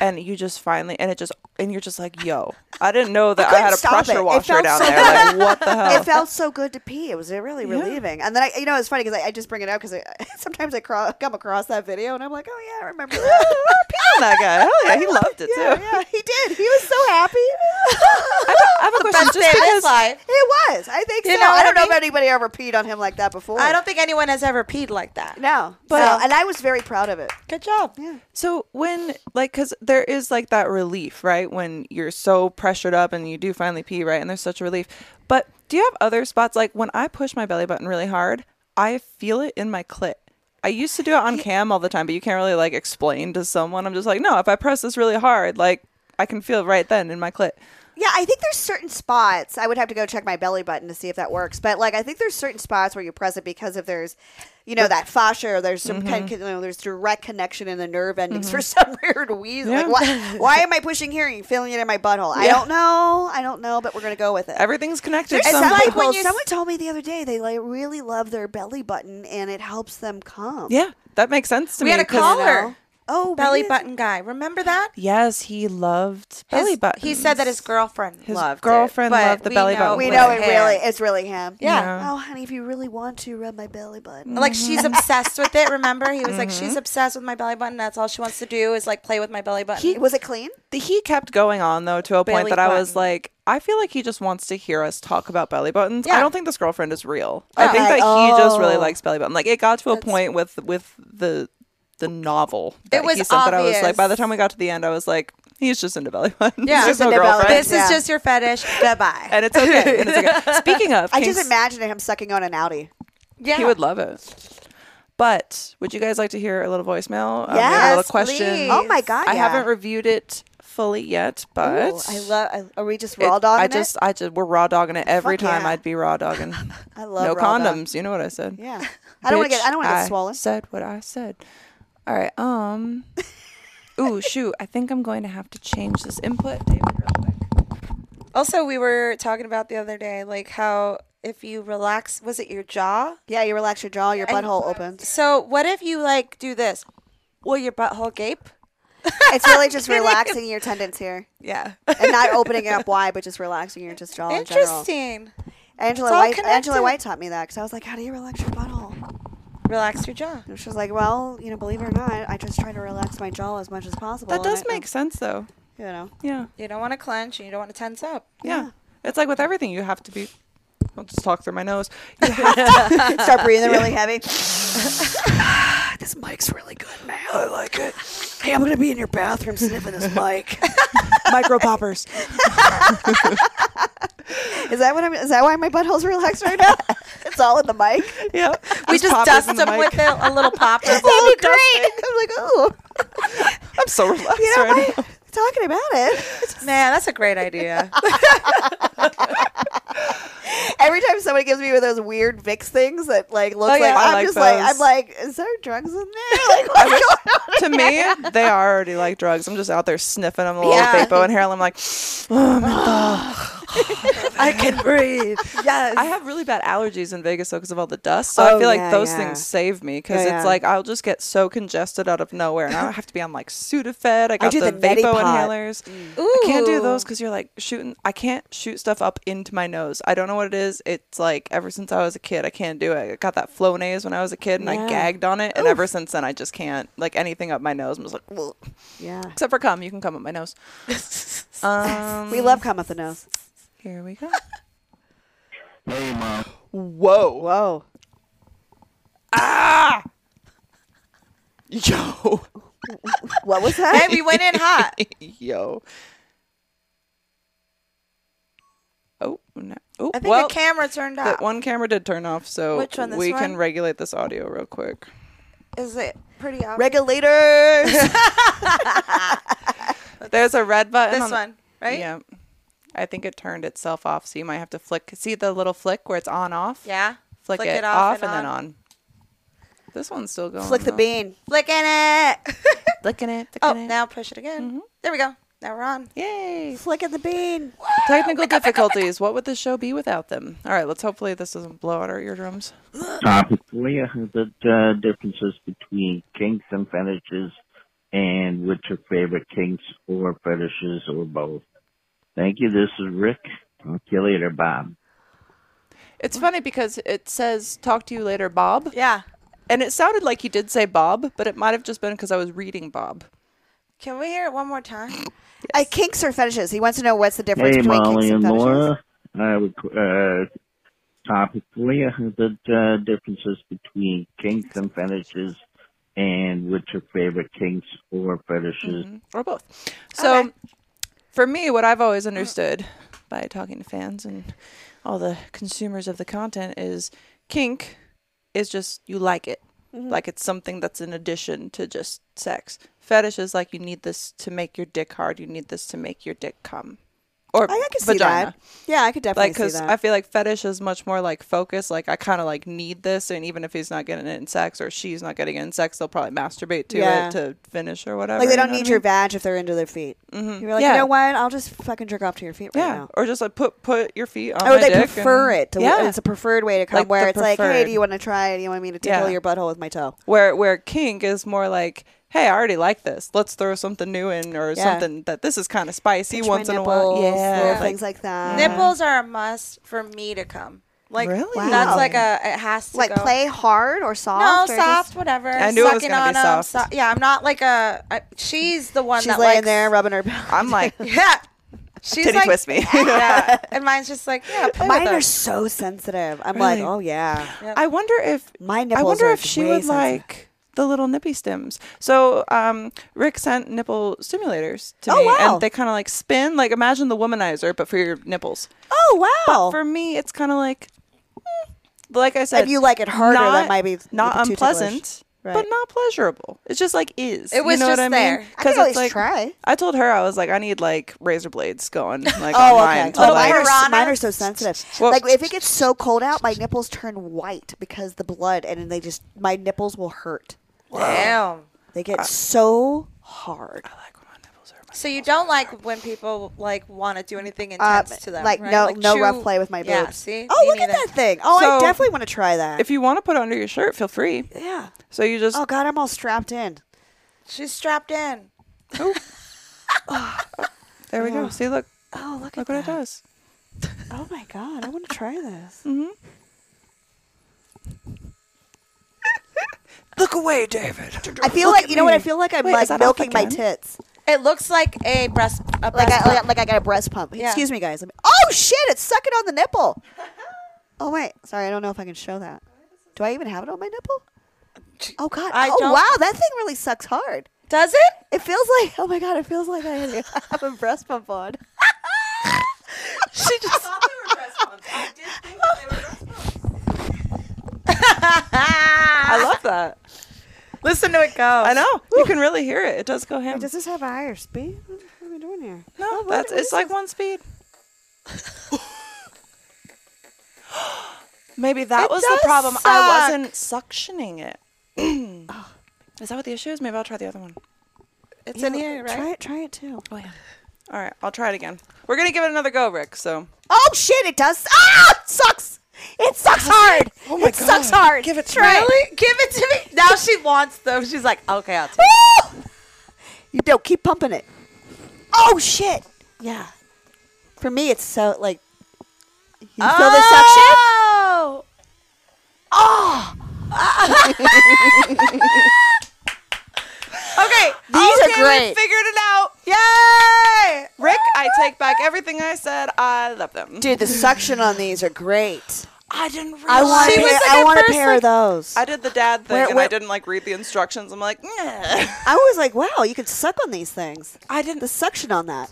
and you just finally and it just and you're just like, yo, I didn't know that I, couldn't had a stop it. pressure It washer felt down so there. Like, what the hell? It felt so good to pee. It was really relieving. And then I, you know, it's funny because I, I just bring it up because sometimes I cro- come across that video and I'm like, oh yeah, I remember that. Peeing that guy. Hell yeah, he loved it yeah, too. yeah, he did. He was so happy. I have a question. Best day of Just his because life. it was. I think You so. know, I don't I know if think- anybody ever peed on him like that before. I don't think anyone has ever peed like that. No, but But- and I was very proud of it. Good job. So when like cuz there is like that relief, right? When you're so pressured up and you do finally pee, right? And there's such a relief. But do you have other spots like when I push my belly button really hard, I feel it in my clit. I used to do it on cam all the time, but you can't really like explain to someone. I'm just like, "No, if I press this really hard, like I can feel it right then in my clit." Yeah, I think there's certain spots. I would have to go check my belly button to see if that works. But like, I think there's certain spots where you press it because if there's, you know, that fascia, or there's some kind of, you know, there's direct connection in the nerve endings for some weird reason. Yeah. Like, why, why am I pushing here? and feeling it in my butthole? I Yeah. don't know. I don't know. But we're gonna go with it. Everything's connected There's somehow. some like people. when you s- someone told me the other day they like really love their belly button and it helps them come. Yeah, that makes sense to We me. had a 'cause- caller. Oh, Belly really? button guy. Remember that? Yes, he loved His- belly button. He said that his girlfriend His loved it, girlfriend but loved the we belly know button. We with know it her. really. It's really him. Yeah. Mm, Oh, honey, if you really want to rub my belly button. Like she's obsessed with it. Remember, he was like, she's Mm-hmm. obsessed with my belly button. That's all she wants to do is like play with my belly button. was it clean? The- he kept going on though to a point Belly that I was button. like, I feel like he just wants to hear us talk about belly buttons. I Yeah. don't think this girlfriend is real. I think that Right. he just really Oh. likes belly button. Like it got to a point with with the the novel. That was he sent that I was like, by the obvious. time we got to the end, I was like, he's just into belly buttons. Yeah. There's Just no into belly girlfriend. this Yeah. is just your fetish. Goodbye. and it's okay. And it's okay. Speaking of, I King just imagine him sucking on an Audi. yeah. He would love it. But would you guys like to hear a little voicemail? Um, we have a Yes, little question. please. Oh my god! I yeah. haven't reviewed it fully yet, but Ooh, I love. I, are we just it- raw dogging I it? just, I just, we're raw dogging it every Fuck time. yeah. I'd be raw dogging. I love no raw dog. condoms. You know what I said? Yeah. I don't want to Bitch, get. I don't want to get swollen. Said what I said. All right. Um. Ooh, shoot. I think I'm going to have to change this input, David, real quick. Also, we were talking about the other day, like how if you relax, was it your jaw? Yeah, you relax your jaw, your butthole opens. So what if you like do this? Will your butthole gape? It's really just relaxing your tendons here Yeah. and not opening it up wide, but just relaxing your just jaw in general. Interesting. Angela It's all White. Angela connected. White taught me that because I was like, "How do you relax your butthole?" Relax your jaw. And she was like, "Well, you know, believe it or not, I just try to relax my jaw as much as possible." and That does I- make sense, though. you know. Yeah. You don't want to clench and you don't want to tense up. Yeah. It's like with everything, you have to be. I'll just talk through my nose. You have Start breathing really heavy. Ah, this mic's really good, man. I like it. Hey, I'm gonna be in your bathroom sniffing this mic. micro poppers. Is that what I'm? Is that why my butthole's relaxed right now? it's all in the mic. Yeah. We just, poppers dust in the them with mic. a, a little popper. That'd be Oh, great. I'm like, ooh, I'm so relaxed you know, right now. my, talking about it. Man, that's a great idea. Every time somebody gives me one of those weird Vicks things that like looks Oh, yeah. like I I'm like just like those. I'm like, is there drugs in there? Like, what's going on? to me, they are already like drugs. I'm just out there sniffing them a little Yeah. vapo in here, and I'm like, oh, my God. I can breathe. Yes. I have really bad allergies in Vegas though because of all the dust. So I Oh, feel like yeah, those yeah. things save me because Yeah, yeah. it's like I'll just get so congested out of nowhere, and I have to be on like Sudafed. I got do the, the neti vapo pot. Mm. inhalers. I can't do Ooh. those because you're like shooting. I can't shoot stuff up into my nose. I don't know what it is. It's like ever since I was a kid, I can't do it. I got that Flonase when I was a kid, and I Yeah. gagged on it, and ever since then, I just can't like anything up my nose. I'm just like, "Ugh." yeah. except for cum. You can come up my nose. um, We love come up the nose. here we go. Hey, mom. Whoa. Ah! Whoa. Yo. What was hey, that? we went in hot. Yo. Oh, no. Oh, I think well, the camera turned that off. one camera did turn off, so Which one, this we can one? regulate this audio real quick. Is it pretty obvious? Regulators. There's a red button. This on the- one, right? Yeah. I think it turned itself off, so you might have to flick. See the little flick where it's on off? Yeah. Flick, it, off, and, then on. This one's still going. Flick the though. bean. Flicking it. Flicking it. Flicking oh, it. Mm-hmm. now push it again. There we go. Now we're on. Yay. Flicking the bean. Technical difficulties. What would the show be without them? All right, let's hopefully this doesn't blow out our eardrums. uh, Topically, I heard that uh, differences between kinks and fetishes and what's your favorite kinks or fetishes or both? Thank you. This is Rick. I'll see you later, Bob. It's funny because it says "Talk to you later, Bob," Yeah. and it sounded like you did say Bob, but it might have just been because I was reading Bob. Can we hear it one more time? Uh, kinks or fetishes? He wants to know what's the difference Hey, between Molly kinks and and fetishes. Laura. I have a uh, topic for you the uh, differences between kinks and fetishes and what's your favorite kinks or fetishes. or both. So, for me, what I've always understood by talking to fans and all the consumers of the content is kink is just you like it. Mm-hmm. Like it's something that's an addition to just sex. Fetish is like you need this to make your dick hard. You need this to make your dick come. Or Oh, I, I could vagina. see that. Yeah, I could definitely Like, because see that. I feel like fetish is much more like focus. Like, I kind of like need this, and even if he's not getting it in sex or she's not getting it in sex, they'll probably masturbate to Yeah. it to finish or whatever. like they you don't know what I need mean? your badge if they're into their feet. You're like, Mm-hmm. Yeah. you know what? I'll just fucking jerk off to your feet right Yeah, now. or just like put put your feet on. Oh, my they dick prefer and- it. To, yeah, It's a preferred way to come Like the where it's like, hey, preferred. do you want to try it? Do you want me to tickle Yeah. your butthole with my toe? where where kink is more like, hey, I already like this. Let's throw something new in or Yeah. something that this is kind of spicy Pinch my once in a while. nipples, little Yeah, like, things like Uh, that. Nipples are a must for me to come. Like Really? that's Wow. like a it has to Like go. play hard or No, soft? or soft, just- whatever. I knew it was Sucking gonna be on 'em, soft. so- yeah, I'm not like a. I, she's the one She's that laying likes- there rubbing her back. I'm like, Yeah, she's Titty like, twist me. yeah, and mine's just like yeah. Play Mine with her. are so sensitive. I'm like, Really? oh yeah. I wonder if My I nipples wonder are if she way would sensitive. like the little nippy stems. So um, Rick sent nipple stimulators to Oh, me, wow. and they kind of like spin. Like imagine the womanizer, but for your nipples. Oh wow. For me, it's kind of like, mm, like I said, if you like it harder, that not- might be not would be too ticklish. unpleasant, Right. but not pleasurable. It's just like is. It was you know just what I there. mean? I could it's always like try. I told her I was like I need like razor blades going like Oh, on okay. mine. to, Well, like- mine, are, piranhas? mine are so sensitive. Well- like if it gets so cold out, my nipples turn white because the blood, and then they just my nipples will hurt. Damn. They get so hard. I like when my nipples are- So you don't like when people like want to do anything Uh, intense to them, like right? no, no chew- rough play with my boobs. Yeah, see. Oh, Me look at neither. that thing. Oh, I So- definitely want to try that. If you want to put it under your shirt, feel free. yeah. So you just Oh God, I'm all strapped in. She's strapped in. there we go. See look Oh look at look what it that. does. Oh my God, I want to try this. Look away, David. I feel Look like at you know what I me. feel like I'm Wait, is like that off milking my again? tits. It looks like a breast. A breast Like I pump. like, like I got a breast pump. Yeah. Excuse me, guys. I'm- oh shit, it's sucking on the nipple. Oh wait, sorry, I don't know if I can show that. Do I even have it on my nipple? Oh God. I oh don't- wow, that thing really sucks hard. Does it? It feels like oh my God, it feels like I have a breast pump on. She just. I love that. Listen to it go. I know. You can really hear it. It does go ham. Does this have a higher speed? What am I doing here? No, that's it's like one speed. Maybe that It was does the problem. suck. I wasn't suctioning it. is that what the issue is? Maybe I'll try the other one. It's in here, right? Try it. Try it too. Oh yeah. All right, I'll try it again. We're gonna give it another go, Rick. So Oh shit! It does. Ah, it sucks. It sucks hard. Oh my it sucks hard. Give it try. it. Really? Give it to me. Now she wants them. She's like, okay, I'll take it. Woo! You don't keep pumping it. Oh shit! Yeah. For me, it's so like you feel the suction. Oh! okay. These are Okay, We great. figured it out, Yay! Rick. I take back everything I said. I love them. Dude, the suction on these are great. I didn't. Realize. I want She a was pair, like I at want a first, pair like- of those. I I, did the dad thing, Where- and where- I didn't like read the instructions. I'm like, nah. was like, wow, you can suck on these things. I didn't. The This suction on that.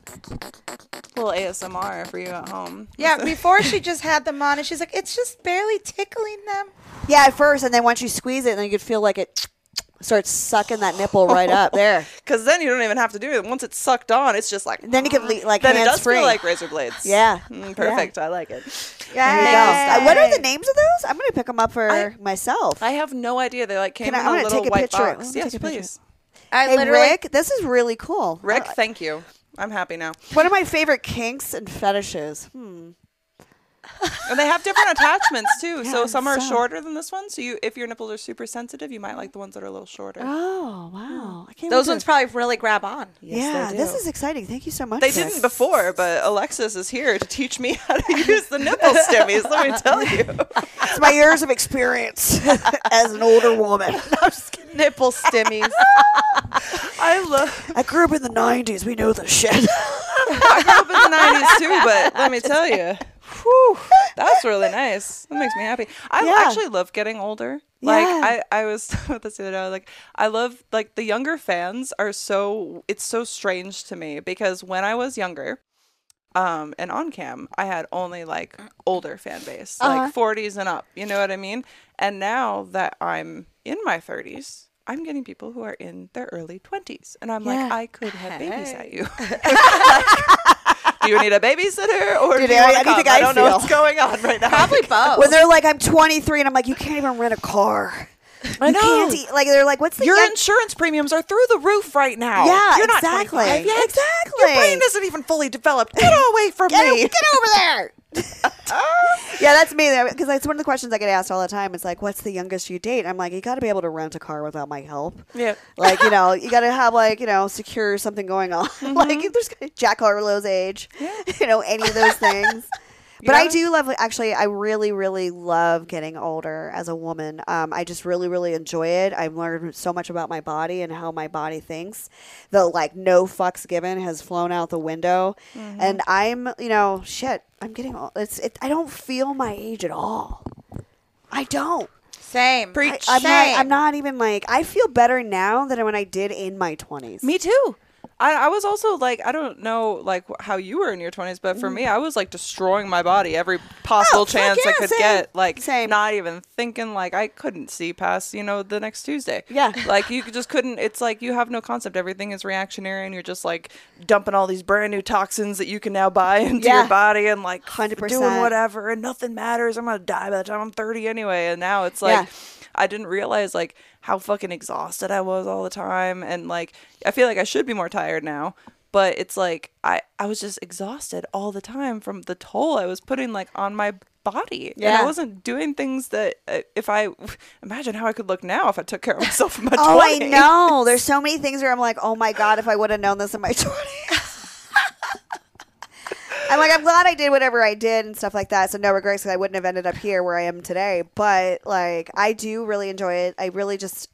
little ASMR for you at home. Yeah, before she just had them on, and she's like, it's just barely tickling them. Yeah, at first, and then once you squeeze it, then you could feel like it starts sucking that nipple right up there. Because then you don't even have to do it. Once it's sucked on, it's just like. Then you could le- like then it does hands-free. feel like razor blades. Yeah. Mm, perfect. I like it. There you go. Uh, What are the names of those? I'm gonna pick them up for I- myself. I have no idea. They like came Can I- in I a wanna little take a white picture. I wanna box. take Yes, a picture. pleys. I Hey literally. Rick, this is really cool. Uh, Rick, thank you. I'm happy now. One of my favorite kinks and fetishes. Hmm. And they have different attachments too. so some are shorter than this one. So you, if your nipples are super sensitive, you might like the ones that are a little shorter. Oh wow! I can't Those wait ones probably really grab on. yeah, this is exciting. Thank you so much. They Chris. didn't before, but Alexis is here to teach me how to use the nipple stimmies. Let me tell you. It's my years of experience as an older woman. Nipple stimmies. I love. I grew up in the '90s. We know this shit. I grew up in the '90s too, but let me tell you, whew, that's really nice. That makes me happy. I Yeah. actually love getting older. Like Yeah. I, I was talking about this the other day. I was Like I love like the younger fans are so. It's so strange to me because when I was younger. um, and on cam, I had only like older fan base, like 40s and up. You know what I mean? And now that I'm in my 30s, I'm getting people who are in their early 20s, and I'm like, I could have babysat you. do you need a babysitter, or do, Dude, you I- want I to need to come? I don't know feel. what's going on right now. Probably both. when they're like, "I'm 23," and I'm like, "You can't even rent a car. I you can't eat." Like they're like, "What's the Your young- insurance premiums are through the roof right now. Yeah, You're not exactly. 25 yet. Exactly. Your brain isn't even fully developed. Get away from get, me. get over there?" yeah, that's me. Because that's one of the questions I get asked all the time. It's like, "What's the youngest you date?" I'm like, "You got to be able to rent a car without my help." Yeah. Like you know, you got to have like you know, secure something going on. like if there's Jack Harlow's age, you know, any of those things. But I gotta- do love, actually, I really, really love getting older as a woman. Um, I just really, really enjoy it. I've learned so much about my body and how my body thinks. The like no fucks given has flown out the window, and I'm, you know, shit. I'm getting old. It's, it, I don't feel my age at all. I don't. Same. I, I'm, not, I'm not even like I feel better now than when I did in my twenties. Me too. I, I was also like, I don't know, like wh- how you were in your twenties, but for me, I was like destroying my body every Mm. Oh, possible fuck chance I yeah, could same. get. Like, Same. not even thinking. Like, I couldn't see past, you know, the next Tuesday. Yeah. Like, you just couldn't. It's like you have no concept. Everything is reactionary, and you're just like dumping all these brand new toxins that you can now buy into Yeah. your body, and like 100%. doing whatever, and nothing matters. I'm gonna die by the time I'm 30 anyway. And now it's like. Yeah. I didn't realize like how fucking exhausted I was all the time and like I feel like I should be more tired now, but it's like I I was just exhausted all the time from the toll I was putting like on my body. And I Yeah. wasn't doing things that uh, if I imagine how I could look now if I took care of myself in my 20s. Oh, I know. There's so many things where I'm like, oh my god, if I would have known this in my twenties. I'm like, I'm glad I did whatever I did and stuff like that. So no regrets because I wouldn't have ended up here where I am today. But like, I do really enjoy it. I really just,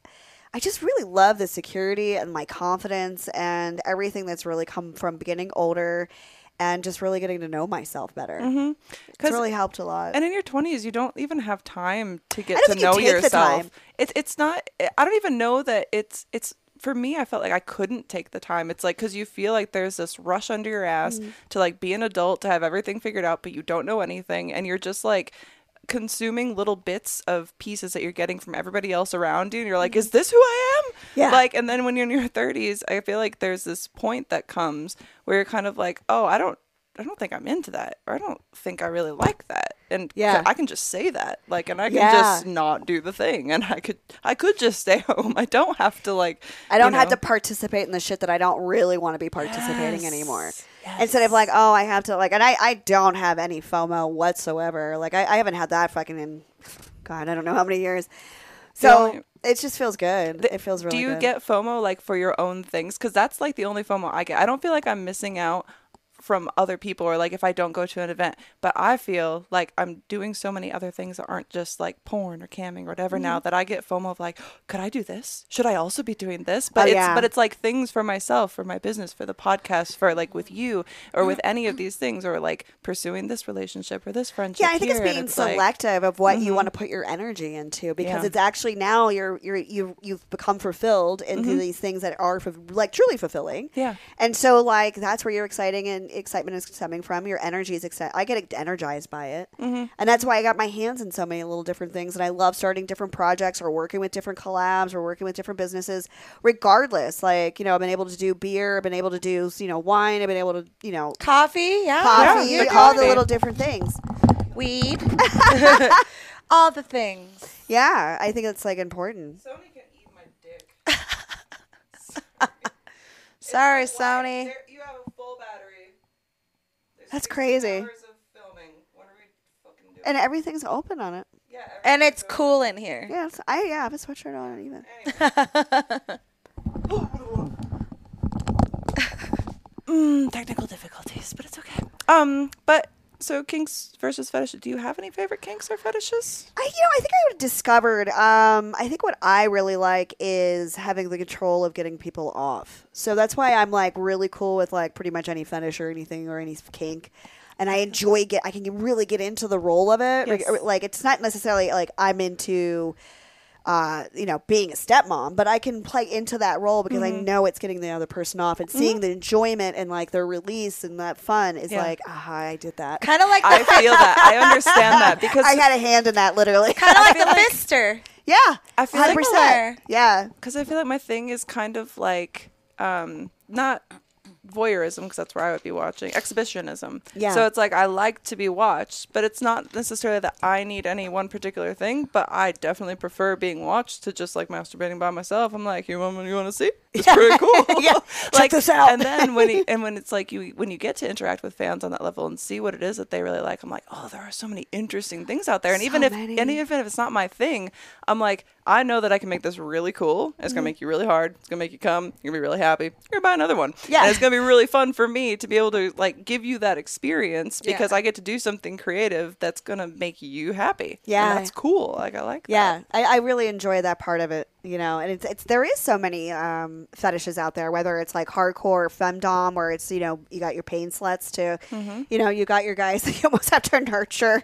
I just really love the security and my confidence and everything that's really come from getting older, and just really getting to know myself better. It's Mm-hmm. 'Cause- really helped a lot. And in your 20s, you don't even have time to get don't to think you know take the yourself. time. It's it's not I don't even know that it's it's for me I felt like I couldn't take the time. It's like cuz you feel like there's this rush under your ass Mm. to like be an adult, to have everything figured out, but you don't know anything and you're just like consuming little bits of pieces that you're getting from everybody else around you and you're like is this who I am? Mm-hmm. Yeah. Like and then when you're in your 30s, I feel like there's this point that comes where you're kind of like, "Oh, I don't I don't think I'm into that, or I don't think I really like that. And Yeah. I can just say that, like, and I can Yeah. just not do the thing, and I could, I could just stay home. I don't have to like, I don't you have know. to participate in the shit that I don't really want to be participating anymore. Instead of like, oh, I have to like, and I, I don't have any FOMO whatsoever. Like I, I haven't had that fucking in, God, I don't know how many years. So only- it just feels good. it feels really. do you good. get FOMO like for your own things? Because that's like the only FOMO I get. I don't feel like I'm missing out from other people or like if I don't go to an event, but I feel like I'm doing so many other things that aren't just like porn or camming or whatever Mm-hmm. now that I get FOMO of like, could I do this? Should I also be doing this? But Oh, it's yeah. but it's like things for myself, for my business, for the podcast, for like with you Mm-hmm. or with any of these things or like pursuing this relationship or this friendship. Yeah, I think it's here, and being like- mm-hmm. selective of what you want to put your energy into because Yeah. it's actually now you're you're you you've become fulfilled into these things that are fu- like truly fulfilling. Mm-hmm. Yeah. and so like that's where your exciting and excitement is coming from. Your energy is excited. I get energized by it, Mm-hmm. and that's why I got my hands in so many little different things. And I love starting different projects or working with different collabs or working with different businesses. Regardless, like you know, I've been able to do beer, I've been able to do you know wine, I've been able to you know Coffee. Yeah. coffee, the all the coffee. little different things. Weed. All the things. Yeah, I think that's like important. Sony can eat my dick. Sorry, It's like, why- Sony. there- You have a full battery. There's That's 60 crazy. Hours of filming. What are we and everything's open on it. And it's cool in here. Yeah, it's, I yeah, I have a sweatshirt on it even. Mm, technical difficulties, but it's okay. Um, but so kinks versus fetishes. Do you have any favorite kinks or fetishes? I, you know, I think I discovered. Um, I think what I really like is having the control of getting people off. So that's why I'm like really cool with like pretty much any fetish or anything or any kink, and I enjoy get. I can get- really get into the role of it. Yes. Like, like it's not necessarily like I'm into. Uh, you know, being a stepmom, but I can play into that role because Mm-hmm. I know it's getting the other person off and seeing the enjoyment and like their release and that fun is Yeah. like, ah, I did that. Kind of like I the, feel that. I understand that because I had a hand in that literally. kind of like the fister. Yeah, I feel like- 100%. yeah, because I feel like my thing is kind of like um, not voyeurism because that's where I would be watching exhibitionism. Yeah. So it's like I like to be watched, but it's not necessarily that I need any one particular thing. But I definitely prefer being watched to just like masturbating by myself. I'm like, you want you want to see? It's pretty cool. Yeah. Check this out. And then when you, and when it's like you when you get to interact with fans on that level and see what it is that they really like, I'm like, oh, there are so many interesting things out there. And even if many. and even if it's not my thing, I'm like, I know that I can make this really cool. It's gonna make you really hard. It's gonna make you come. You're gonna be really happy. You're gonna buy another one. Yeah. And it's gonna be really fun for me to be able to like give you that experience Yeah. because I get to do something creative that's gonna make you happy. Yeah. And that's cool. Like I like yeah. that. I, I really enjoy that part of it, you know. And it's, it's there is so many um, fetishes out there, whether it's like hardcore femdom, or it's you know you got your pain sluts too. Mm-hmm. You know, you got your guys that you almost have to nurture.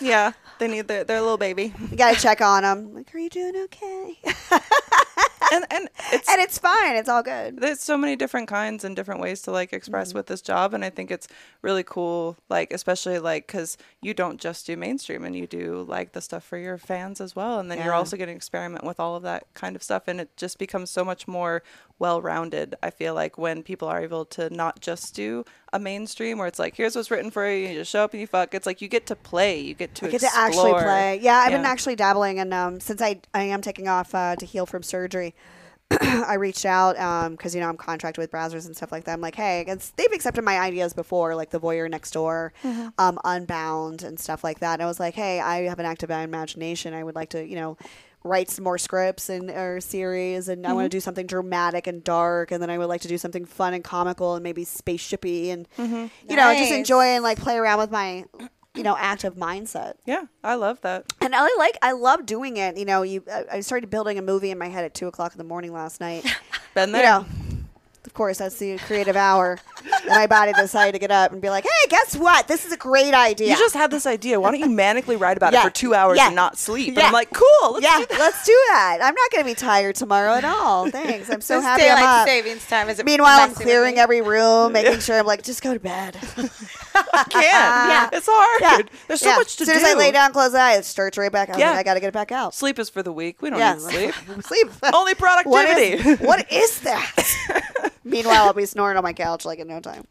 Yeah. They need their their little baby. You got to check on them. Like, are you doing okay? and and it's and it's fine. It's all good. there's so many different kinds and different ways to like express Mm-hmm. with this job and i think it's really cool like especially like because you don't just do mainstream and you do like the stuff for your fans as well and then you're Yeah. also going to experiment with all of that kind of stuff and it just becomes so much more well-rounded i feel like when people are able to not just do a mainstream where it's like here's what's written for you you just show up and you fuck it's like you get to play you get to I get to actually explore. play. Yeah, I've been Yeah. actually dabbling, and um, since I I am taking off uh, to heal from surgery, I reached out because you know I'm contracted with browsers and stuff like that. I'm like, hey, it's, they've accepted my ideas before, like the Voyeur Next Door, Mm-hmm. um, Unbound, and stuff like that. And I was like, hey, I have an active imagination. I would like to, you know. Write some more scripts and or series, and I Mm-hmm. want to do something dramatic and dark, and then I would like to do something fun and comical, and maybe spaceshipy, and Mm-hmm. you know, just Nice. enjoy and like play around with my, you know, active mindset. yeah i love that And I like I love doing it. You know, you I I started building a movie in my head at two o'clock in the morning last night. been you there know, of course that's the creative hour. and my body decided to get up and be like, "Hey, guess what? This is a great idea." You just had this idea. Why don't you manically write about Yeah. it for two hours Yeah. and not sleep? And Yeah. I'm like, cool. oh, Let's yeah, do that. let's do that. I'm not going to be tired tomorrow at all. Thanks. I'm so This happy daylight I'm up. savings time is. Meanwhile, I'm messing with clearing me. every room, making sure I'm like, just go to bed. I can't. Yeah. It's hard. Yeah. There's so Yeah. much to As soon do. as I lay down, close the eyes, it starts right back. I'm Yeah. like, I got to get it back out. Sleep is for the weak. We don't need sleep. sleep. Only What productivity. is, what is that? Meanwhile, I'll be snoring on my couch like in no time.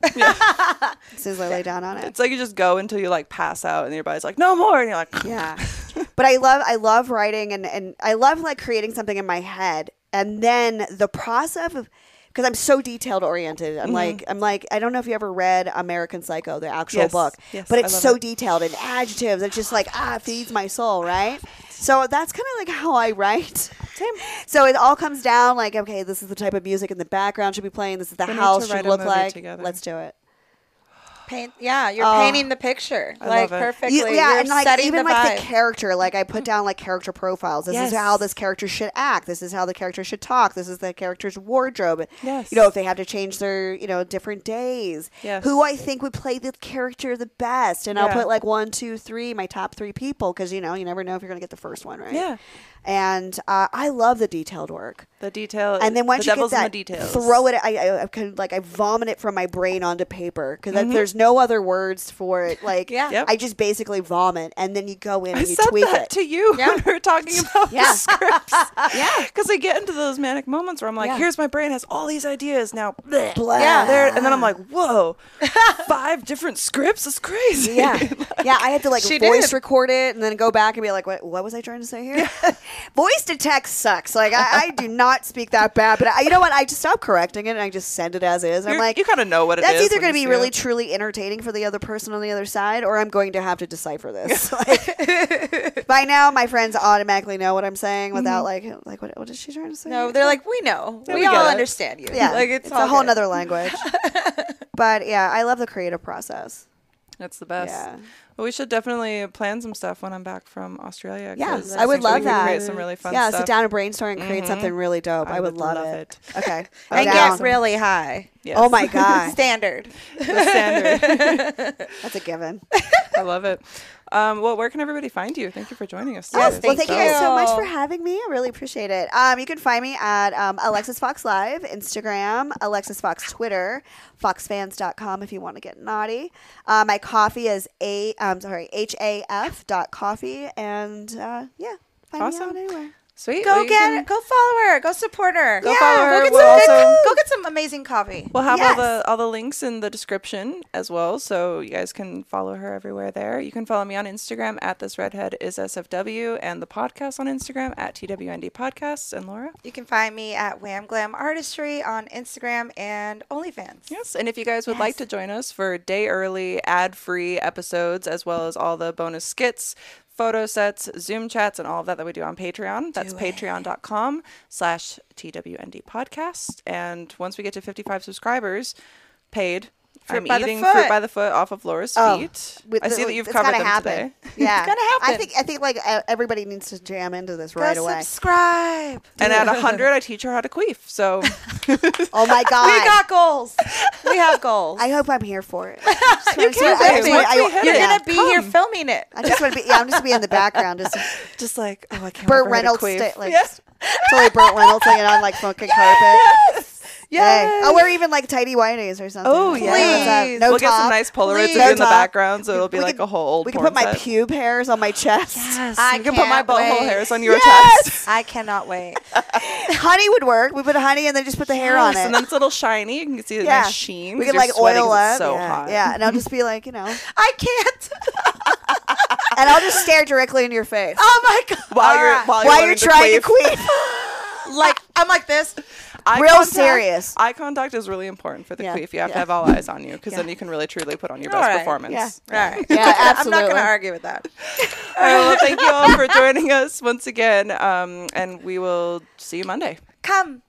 as soon as I lay down on it. it's like you just go until you like pass out and your body's like, no more. And you're like, Yeah. But I love I love writing and, and I love like creating something in my head and then the process of because I'm so detailed oriented. Mm-hmm. I'm like I'm like I don't know if you ever read American Psycho, the actual Yes. book. Yes, but I it's love so it. detailed and adjectives. It's just like ah feeds my soul, right? So that's kind of like how I write. So it all comes down like okay, this is the type of music in the background should be playing. This is the We need to house should write a look movie like. together. Let's do it. Paint, yeah, you're Oh. painting the picture I like love it. You- perfectly. You- yeah, you're and like setting even the like vibe. the character, like I put down like character profiles. This is Yes. how this character should act. This is how the character should talk. This is the character's wardrobe. Yes. You know, if they have to change their, you know, different days. Yes. Who I think would play the character the best. And I'll Yeah. put like one, two, three, my top three people, because you know, you never know if you're gonna get the first one, right? Yeah. And uh, I love the detailed work. the detail. And then once you the get devil's that, in the details. throw it. I, I, I can like I vomit it from my brain onto paper because Mm-hmm. there's no other words for it. Like Yeah. Yep. I just basically vomit, and then you go in I and you said tweak that it. to you Yeah. when we were talking about Yeah. the scripts. yeah. Because I get into those manic moments where I'm like, Yeah. here's my brain has all these ideas now. bleh, Blah. Yeah. There, and then I'm like, whoa, five different scripts? That's crazy. Yeah, yeah. I had to like She voice did. record it and then go back and be like, "What? What was I trying to say here?" voice to text sucks. Like I, I do not speak that bad, but I, you know what? I just stop correcting it and I just send it as is. And I'm You're- like, you kind of know what it is. that's either when going to you be see really it. truly entertaining for the other person on the other side, or I'm going to have to decipher this. Like, by now, my friends automatically know what I'm saying without like, like what, what is she trying to say? No, they're like, we know. we, we all get it." understand you. yeah, Like, it's, it's, a whole good. nother language. but yeah, I love the creative process. That's the best. Yeah. Well, we should definitely plan some stuff when I'm back from Australia. 'cause Yes, I would think that love we that. Could create some really fun yeah, stuff. sit down and brainstorm and create something really dope. Mm-hmm. I, would, love, it. Okay, And I'm get down. really high. Yes. Oh my god, Standard. The standard. that's a given. I love it. Um, well, where can everybody find you? Thank you for joining us. Yes, today. well, thank thank you guys so much you. for having me. I really appreciate it. Um, you can find me at um, Alexis Fox Live, Instagram, Alexis Fox Twitter, foxfans.com if you want to get naughty. Uh, my coffee is a um, sorry H A F dot coffee, and uh, yeah, find Awesome. me out anywhere. Sweet. Go Well, you get can- her. Go follow her. Go support her. Go follow her. Go get, We'll some, good- also- go get some amazing coffee. We'll have Yes. all the all the links in the description as well, so you guys can follow her everywhere there. You can follow me on Instagram at this redhead is sfw, and the podcast on Instagram at twnd podcasts. And Laura, You can find me at Wham Glam Artistry on Instagram and OnlyFans. yes. And if you guys would like to join us for day early, ad free episodes, as well as all the bonus skits, photo sets, Zoom chats, and all of that that we do on Patreon, that's Patreon.com/slash twnd podcast. And once we get to fifty-five subscribers, paid. I'm by the eating foot. fruit by the foot off of Laura's Oh, feet. with I the- see that you've it's covered gotta them happen. today. Yeah, It's gonna I happen. think I think like uh, everybody needs to jam into this right go away. subscribe. And at 100, I teach her how to queef. So Oh my god, We got goals. We have goals. I hope I'm here for it. I just wanna see can't what- I wait. just Once wanna- we I- hit You're it. yeah. gonna be here Come. filming it. I just want to be. Yeah, I'm just be in the background, just just like, oh, I can't Burt remember how Reynolds, to queef. sta- like just totally Burt Reynolds hanging on like fucking carpet. Yeah, Yes. I'll wear even like tidy whiteies or something. Oh, Like, yeah. what's up? Please. no we'll top. get some nice Polaroids of please. you in the No top. background, so it'll be We like can- a whole old We can porn put my set. pube hairs on my chest. I you can put my can't butthole wait. hairs on your chest. I cannot wait. Honey would work. We put honey and then just put the hair on it. Yes, And then it's a little shiny. You can see the nice sheen. We 'cause could you're like sweating, oil it's up. So yeah. hot. yeah, and I'll just be like, you know, and I can't. I'll just stare directly into your face Oh my god. While you're Alright. while, while you're, you're trying learning to queef. queef. like I'm like this. Eye Real contact- serious. Eye contact is really important for the Yeah, queef. You have yeah. to have all eyes on you because then you can really truly put on your best Alright, performance. yeah. All right. Yeah, I'm not absolutely. gonna argue with that. All right, well, thank you all for joining us once again, um, and we will see you Monday. Come.